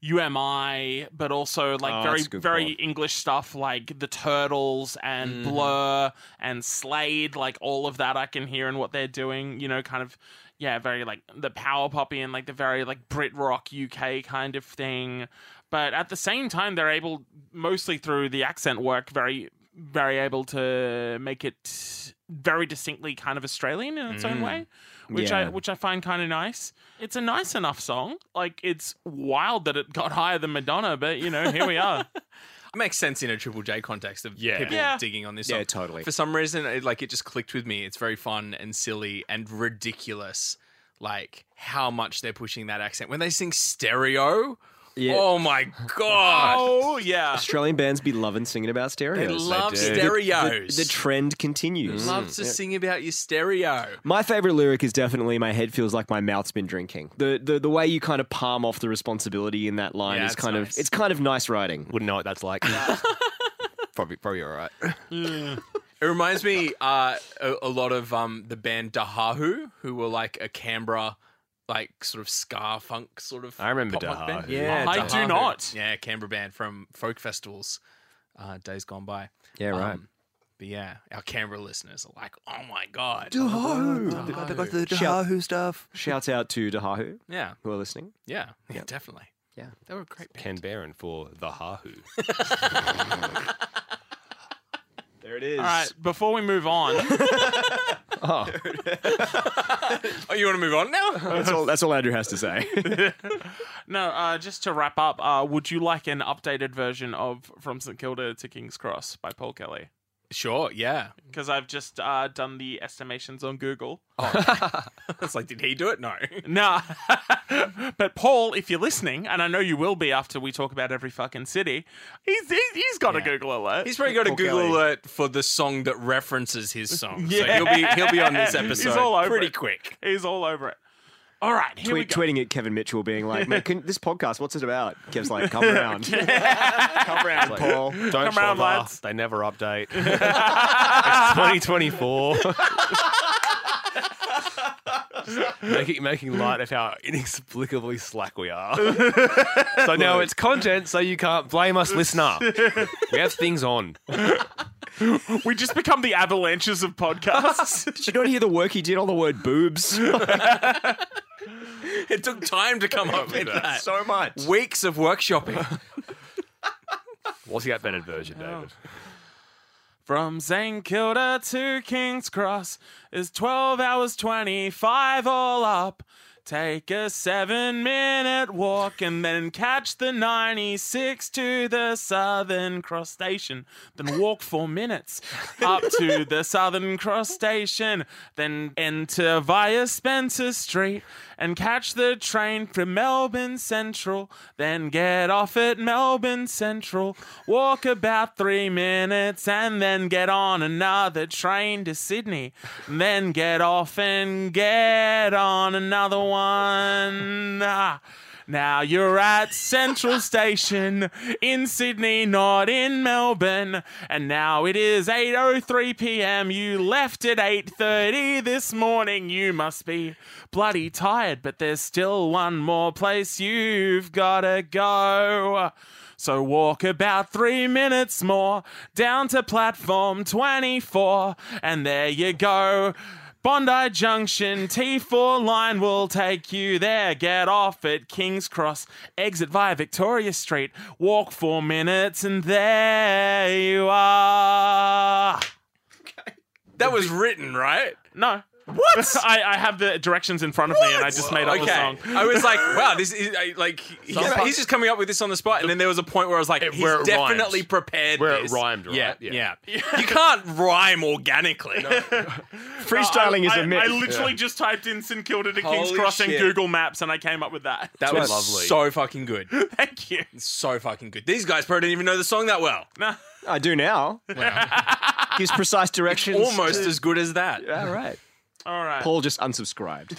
Speaker 2: UMI, but also like
Speaker 5: Oh,
Speaker 2: very
Speaker 5: that's a good
Speaker 2: very
Speaker 5: call.
Speaker 2: English stuff like the Turtles and Blur and Slade, like all of that I can hear and what they're doing. You know, kind of yeah, very like the power poppy and like the very like Brit rock UK kind of thing. But at the same time, they're able mostly through the accent work, very very able to make it very distinctly kind of Australian in its own way, which I
Speaker 5: Yeah.
Speaker 2: which I find kind of nice. It's a nice enough song. Like it's wild that it got higher than Madonna, but you know here we are.
Speaker 3: It makes sense in a Triple J context of
Speaker 1: Yeah.
Speaker 3: people
Speaker 2: Yeah.
Speaker 3: digging on this
Speaker 5: Yeah,
Speaker 3: song.
Speaker 5: totally.
Speaker 3: For some reason, it, like it just clicked with me. It's very fun and silly and ridiculous. Like how much they're pushing that accent when they sing stereo.
Speaker 5: Yeah.
Speaker 3: Oh my god!
Speaker 2: oh yeah,
Speaker 5: Australian bands be loving singing about
Speaker 3: they
Speaker 5: stereos.
Speaker 3: love
Speaker 1: do.
Speaker 5: the, Mm,
Speaker 3: stereos.
Speaker 5: the trend continues.
Speaker 3: Love to sing about your stereo.
Speaker 5: My favorite lyric is definitely "My head feels like my mouth's been drinking." The the, the way you kind of palm off the responsibility in that line
Speaker 3: Yeah,
Speaker 5: is
Speaker 3: it's
Speaker 5: kind
Speaker 3: nice.
Speaker 5: of it's kind of nice writing.
Speaker 1: Wouldn't know what that's like. probably, probably all right.
Speaker 3: It reminds me uh, a, a lot of um, the band Dahahu, who were like a Canberra, like sort of ska funk sort of.
Speaker 1: I remember
Speaker 3: pop punk band.
Speaker 1: Dahahu.
Speaker 3: Yeah,
Speaker 2: I do
Speaker 3: Dahahu.
Speaker 2: not.
Speaker 3: Yeah, Canberra band from folk festivals, uh, days gone by.
Speaker 5: Yeah, right.
Speaker 3: Um, but yeah, our Canberra listeners are like, oh my god, Dahahu.
Speaker 1: Dahahu stuff.
Speaker 5: Shouts Um, out to Dahahu
Speaker 3: Yeah,
Speaker 5: who are listening.
Speaker 3: yeah, yeah, definitely.
Speaker 5: Yeah.
Speaker 3: they were a great. Band.
Speaker 1: Ken Barron for the Hahu.
Speaker 5: There it is.
Speaker 2: All right, before we move on,
Speaker 3: Oh, you want to move on now?
Speaker 5: That's all. That's all Andrew has to say.
Speaker 2: no, uh, just to wrap up, uh, would you like an updated version of From St Kilda to King's Cross by Paul Kelly?
Speaker 3: sure. Yeah.
Speaker 2: Because I've just uh, done the estimations on Google.
Speaker 3: It's like, did he do it? No.
Speaker 2: Nah. but Paul, if you're listening, and I know you will be after we talk about every fucking city, he's he's, he's got a Google alert.
Speaker 3: He's probably got a
Speaker 5: Paul
Speaker 3: Google
Speaker 5: Kelly.
Speaker 3: alert for the song that references his song.
Speaker 2: Yeah.
Speaker 3: So he'll be he'll be on this
Speaker 2: He's
Speaker 3: episode
Speaker 2: all over
Speaker 3: pretty
Speaker 2: it.
Speaker 3: quick.
Speaker 2: He's all over it. All right, here we
Speaker 5: Tweet,
Speaker 2: go.
Speaker 5: tweeting at Kevin Mitchell, being like, "Mate, can, this podcast, what's it about?" Kev's like, "Come around, come around, Paul."
Speaker 1: Don't
Speaker 2: Come around,
Speaker 1: bother.
Speaker 2: lads.
Speaker 1: They never update. it's 2024. making, making light of how inexplicably slack we are. so now it's content, so you can't blame us, listener. We have things on.
Speaker 2: We just become the avalanches of podcasts.
Speaker 5: Did you not hear the work he did on the word boobs?
Speaker 3: It took time to come up with that.
Speaker 5: so much.
Speaker 3: Weeks of workshopping.
Speaker 1: What's the updated version, David?
Speaker 2: From St. Kilda to King's Cross is 12 hours 25 all up. Take a seven minute walk and then catch the 96 to the Southern Cross Station. Then walk four minutes up to the Southern Cross Station. Then enter via Spencer Street and catch the train from Melbourne Central. Then get off at Melbourne Central. Walk about three minutes and then get on another train to Sydney. And then get off and get on another one. Ah. Now you're at Central Station in Sydney, not in Melbourne. And now it is 8:03 p.m. You left at 8:30 this morning. You must be bloody tired, but there's still one more place you've got to go. So walk about three minutes more down to platform 24, and there you go. Bondi Junction T4 line will take you there. Get off at King's Cross, exit via Victoria Street, walk four minutes, and there you are.
Speaker 3: That was written, right?
Speaker 2: No. What? I, I have the directions in front of me, and I just made up the
Speaker 3: Okay.
Speaker 2: song.
Speaker 3: I was like, wow, this is I- like he's,
Speaker 1: Some-
Speaker 3: he's just coming up with this on the spot. And then there was a point where I was like,
Speaker 1: It-
Speaker 3: he's
Speaker 1: where it
Speaker 3: definitely
Speaker 1: rhymes.
Speaker 3: prepared.
Speaker 1: Where it
Speaker 3: this.
Speaker 1: rhymed, right?
Speaker 3: Yeah, yeah,
Speaker 1: Yeah.
Speaker 3: You can't rhyme organically.
Speaker 5: Freestyling is
Speaker 2: I,
Speaker 5: a myth.
Speaker 2: I literally just typed in St Kilda to King's
Speaker 3: Holy
Speaker 2: Cross in
Speaker 3: shit.
Speaker 2: Google Maps, and I came up with that.
Speaker 3: That was
Speaker 1: lovely.
Speaker 3: so fucking good.
Speaker 2: Thank you.
Speaker 3: So fucking good. These guys probably didn't even know the song that well.
Speaker 5: I do now. Gives precise directions.
Speaker 3: Almost as good as that.
Speaker 5: All right.
Speaker 2: All right.
Speaker 5: Paul just unsubscribed.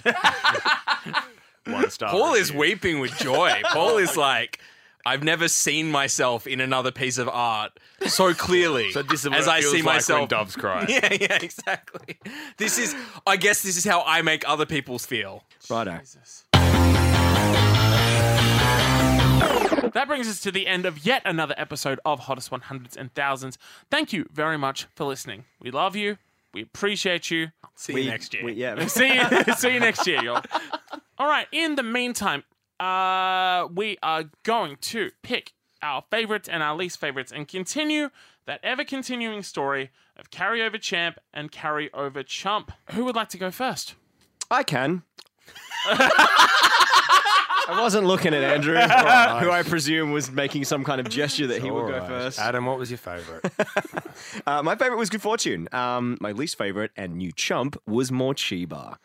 Speaker 1: One star.
Speaker 3: Paul is
Speaker 1: review.
Speaker 3: weeping with joy. Paul is like, I've never seen myself in another piece of art so clearly
Speaker 1: So this is what
Speaker 3: as
Speaker 1: it
Speaker 3: I
Speaker 1: feels
Speaker 3: see
Speaker 1: like
Speaker 3: myself.
Speaker 1: when doves cry.
Speaker 3: yeah, yeah, exactly. This is, I guess, this is how I make other people feel.
Speaker 5: Righto.
Speaker 2: That brings us to the end of yet another episode of Hottest 100s and Thousands. Thank you very much for listening. We love you. We appreciate you.
Speaker 3: See
Speaker 5: We-
Speaker 3: you next year.
Speaker 5: we- yeah.
Speaker 2: See you, see you next year, y'all. All right. In the meantime, uh, we are going to pick our favorites and our least favorites and continue that ever continuing story of carryover champ and carryover chump. Who would like to go first?
Speaker 5: I can. I wasn't looking at Andrew, who I presume was making some kind of gesture that he would go
Speaker 1: Alright.
Speaker 5: first.
Speaker 1: Adam, what was your favorite?
Speaker 5: Uh, my favorite was Good Fortune. Um, my least favorite and new chump was Morchiba.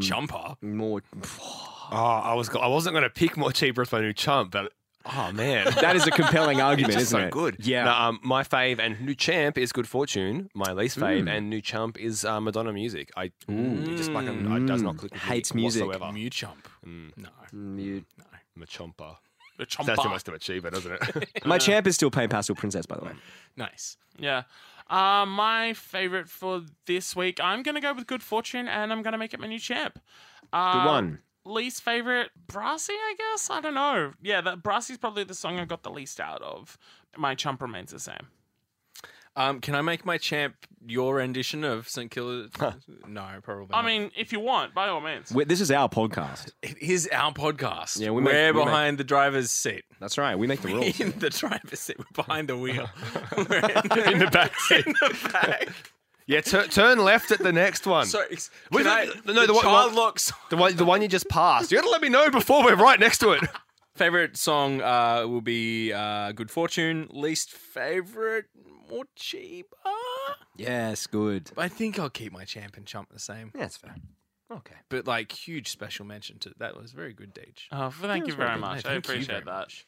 Speaker 3: Jumper.
Speaker 5: More.
Speaker 1: oh, I was. go- I wasn't going to pick more cheaper as my new chump, but oh man,
Speaker 5: That is a compelling argument,
Speaker 1: It's
Speaker 5: isn't
Speaker 1: so
Speaker 5: it?
Speaker 1: good.
Speaker 5: Yeah.
Speaker 1: No, um, my fave and new champ is Good Fortune. My least fave and new chump is uh, Madonna music. I it just like um, it does not click with me
Speaker 5: Hates music.
Speaker 1: whatsoever.
Speaker 3: Mew chump. No.
Speaker 5: You-
Speaker 1: My chomper.
Speaker 2: The chump.
Speaker 1: That's too much of a cheaper, doesn't it?
Speaker 5: My champ is still Pain Pastel Princess, by the way.
Speaker 3: Nice.
Speaker 2: Yeah. Uh, my favorite for this week, I'm going to go with Good Fortune and I'm going to make it my new champ. Uh,
Speaker 5: The one.
Speaker 2: Least favorite, Brassy, I guess? I don't know. Yeah, that Brassy's probably the song I got the least out of. My chump remains the same.
Speaker 3: Um, can I make my champ your rendition of St. Kilda? No, probably.
Speaker 2: I
Speaker 3: not.
Speaker 2: mean, if you want, by all means.
Speaker 5: We- this is our podcast.
Speaker 3: it is our podcast.
Speaker 5: Yeah,
Speaker 3: Yeah,
Speaker 5: we
Speaker 3: we
Speaker 5: make-
Speaker 3: are
Speaker 5: we make- Oh,
Speaker 3: behind the driver's seat.
Speaker 5: That's right. We make the rules.
Speaker 3: in the driver's seat. We're behind the wheel.
Speaker 1: In the back seat. yeah, tur turn left at the next one.
Speaker 3: Sorry, ex-
Speaker 1: Wait,
Speaker 3: can I,
Speaker 1: no,
Speaker 3: no,
Speaker 1: no, the
Speaker 3: the,
Speaker 1: one-
Speaker 3: child
Speaker 1: one-
Speaker 3: locks
Speaker 1: The one, the one you just passed. You got to let me know before we're right next to it.
Speaker 3: favorite song uh, will be uh, "Good Fortune." Least favorite, Mochiba.
Speaker 5: yes, good.
Speaker 3: I think I'll keep my champ and chump the same,
Speaker 5: Yeah, that's fair. Okay.
Speaker 3: but like huge special mention to that was very good, Deej.
Speaker 2: Oh, f- thank you very much.
Speaker 3: Thank
Speaker 2: I
Speaker 3: you
Speaker 2: appreciate
Speaker 3: very
Speaker 2: that.
Speaker 3: much.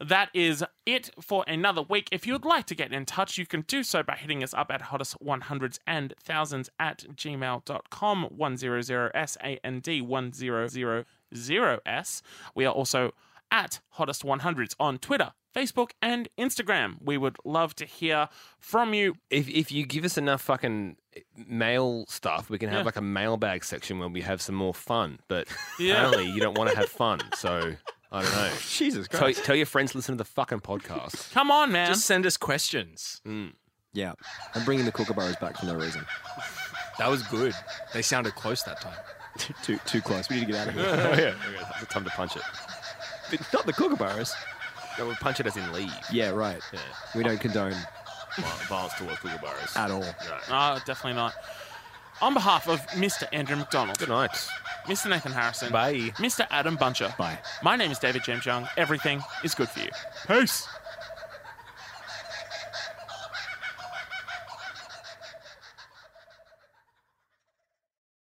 Speaker 2: That is it for another week. If you would like to get in touch, you can do so by hitting us up at hottest100s and thousands at gmail.com 100s and 1000s. We are also at hottest100s on Twitter, Facebook, and Instagram. We would love to hear from you.
Speaker 1: If, if you give us enough fucking mail stuff, we can have
Speaker 2: Yeah.
Speaker 1: like a mailbag section where we have some more fun. But
Speaker 2: Yeah.
Speaker 1: apparently, you don't want to have fun. So I don't know.
Speaker 5: Jesus
Speaker 1: Tell,
Speaker 5: Christ.
Speaker 1: tell your friends to listen to the fucking podcast.
Speaker 2: Come on, man.
Speaker 3: Just send us questions.
Speaker 5: yeah. I'm bringing the kookaburras back for no reason.
Speaker 3: That was good. They sounded close that time.
Speaker 5: too, too close. We need to get out of here.
Speaker 1: oh, yeah. It's time to punch it.
Speaker 5: But not the kookaburras.
Speaker 1: No, we'll punch it as in leave.
Speaker 5: Yeah, right.
Speaker 1: Yeah.
Speaker 5: We don't condone
Speaker 1: Well, Violence towards kookaburras.
Speaker 5: at all.
Speaker 2: Ah, definitely not. On behalf of Mr. Andrew McDonald,
Speaker 1: Good night.
Speaker 2: Mr. Nathan Harrison.
Speaker 3: Bye.
Speaker 2: Mr. Adam Buncher. Bye. My name is David James Young. Everything is good for you. Peace.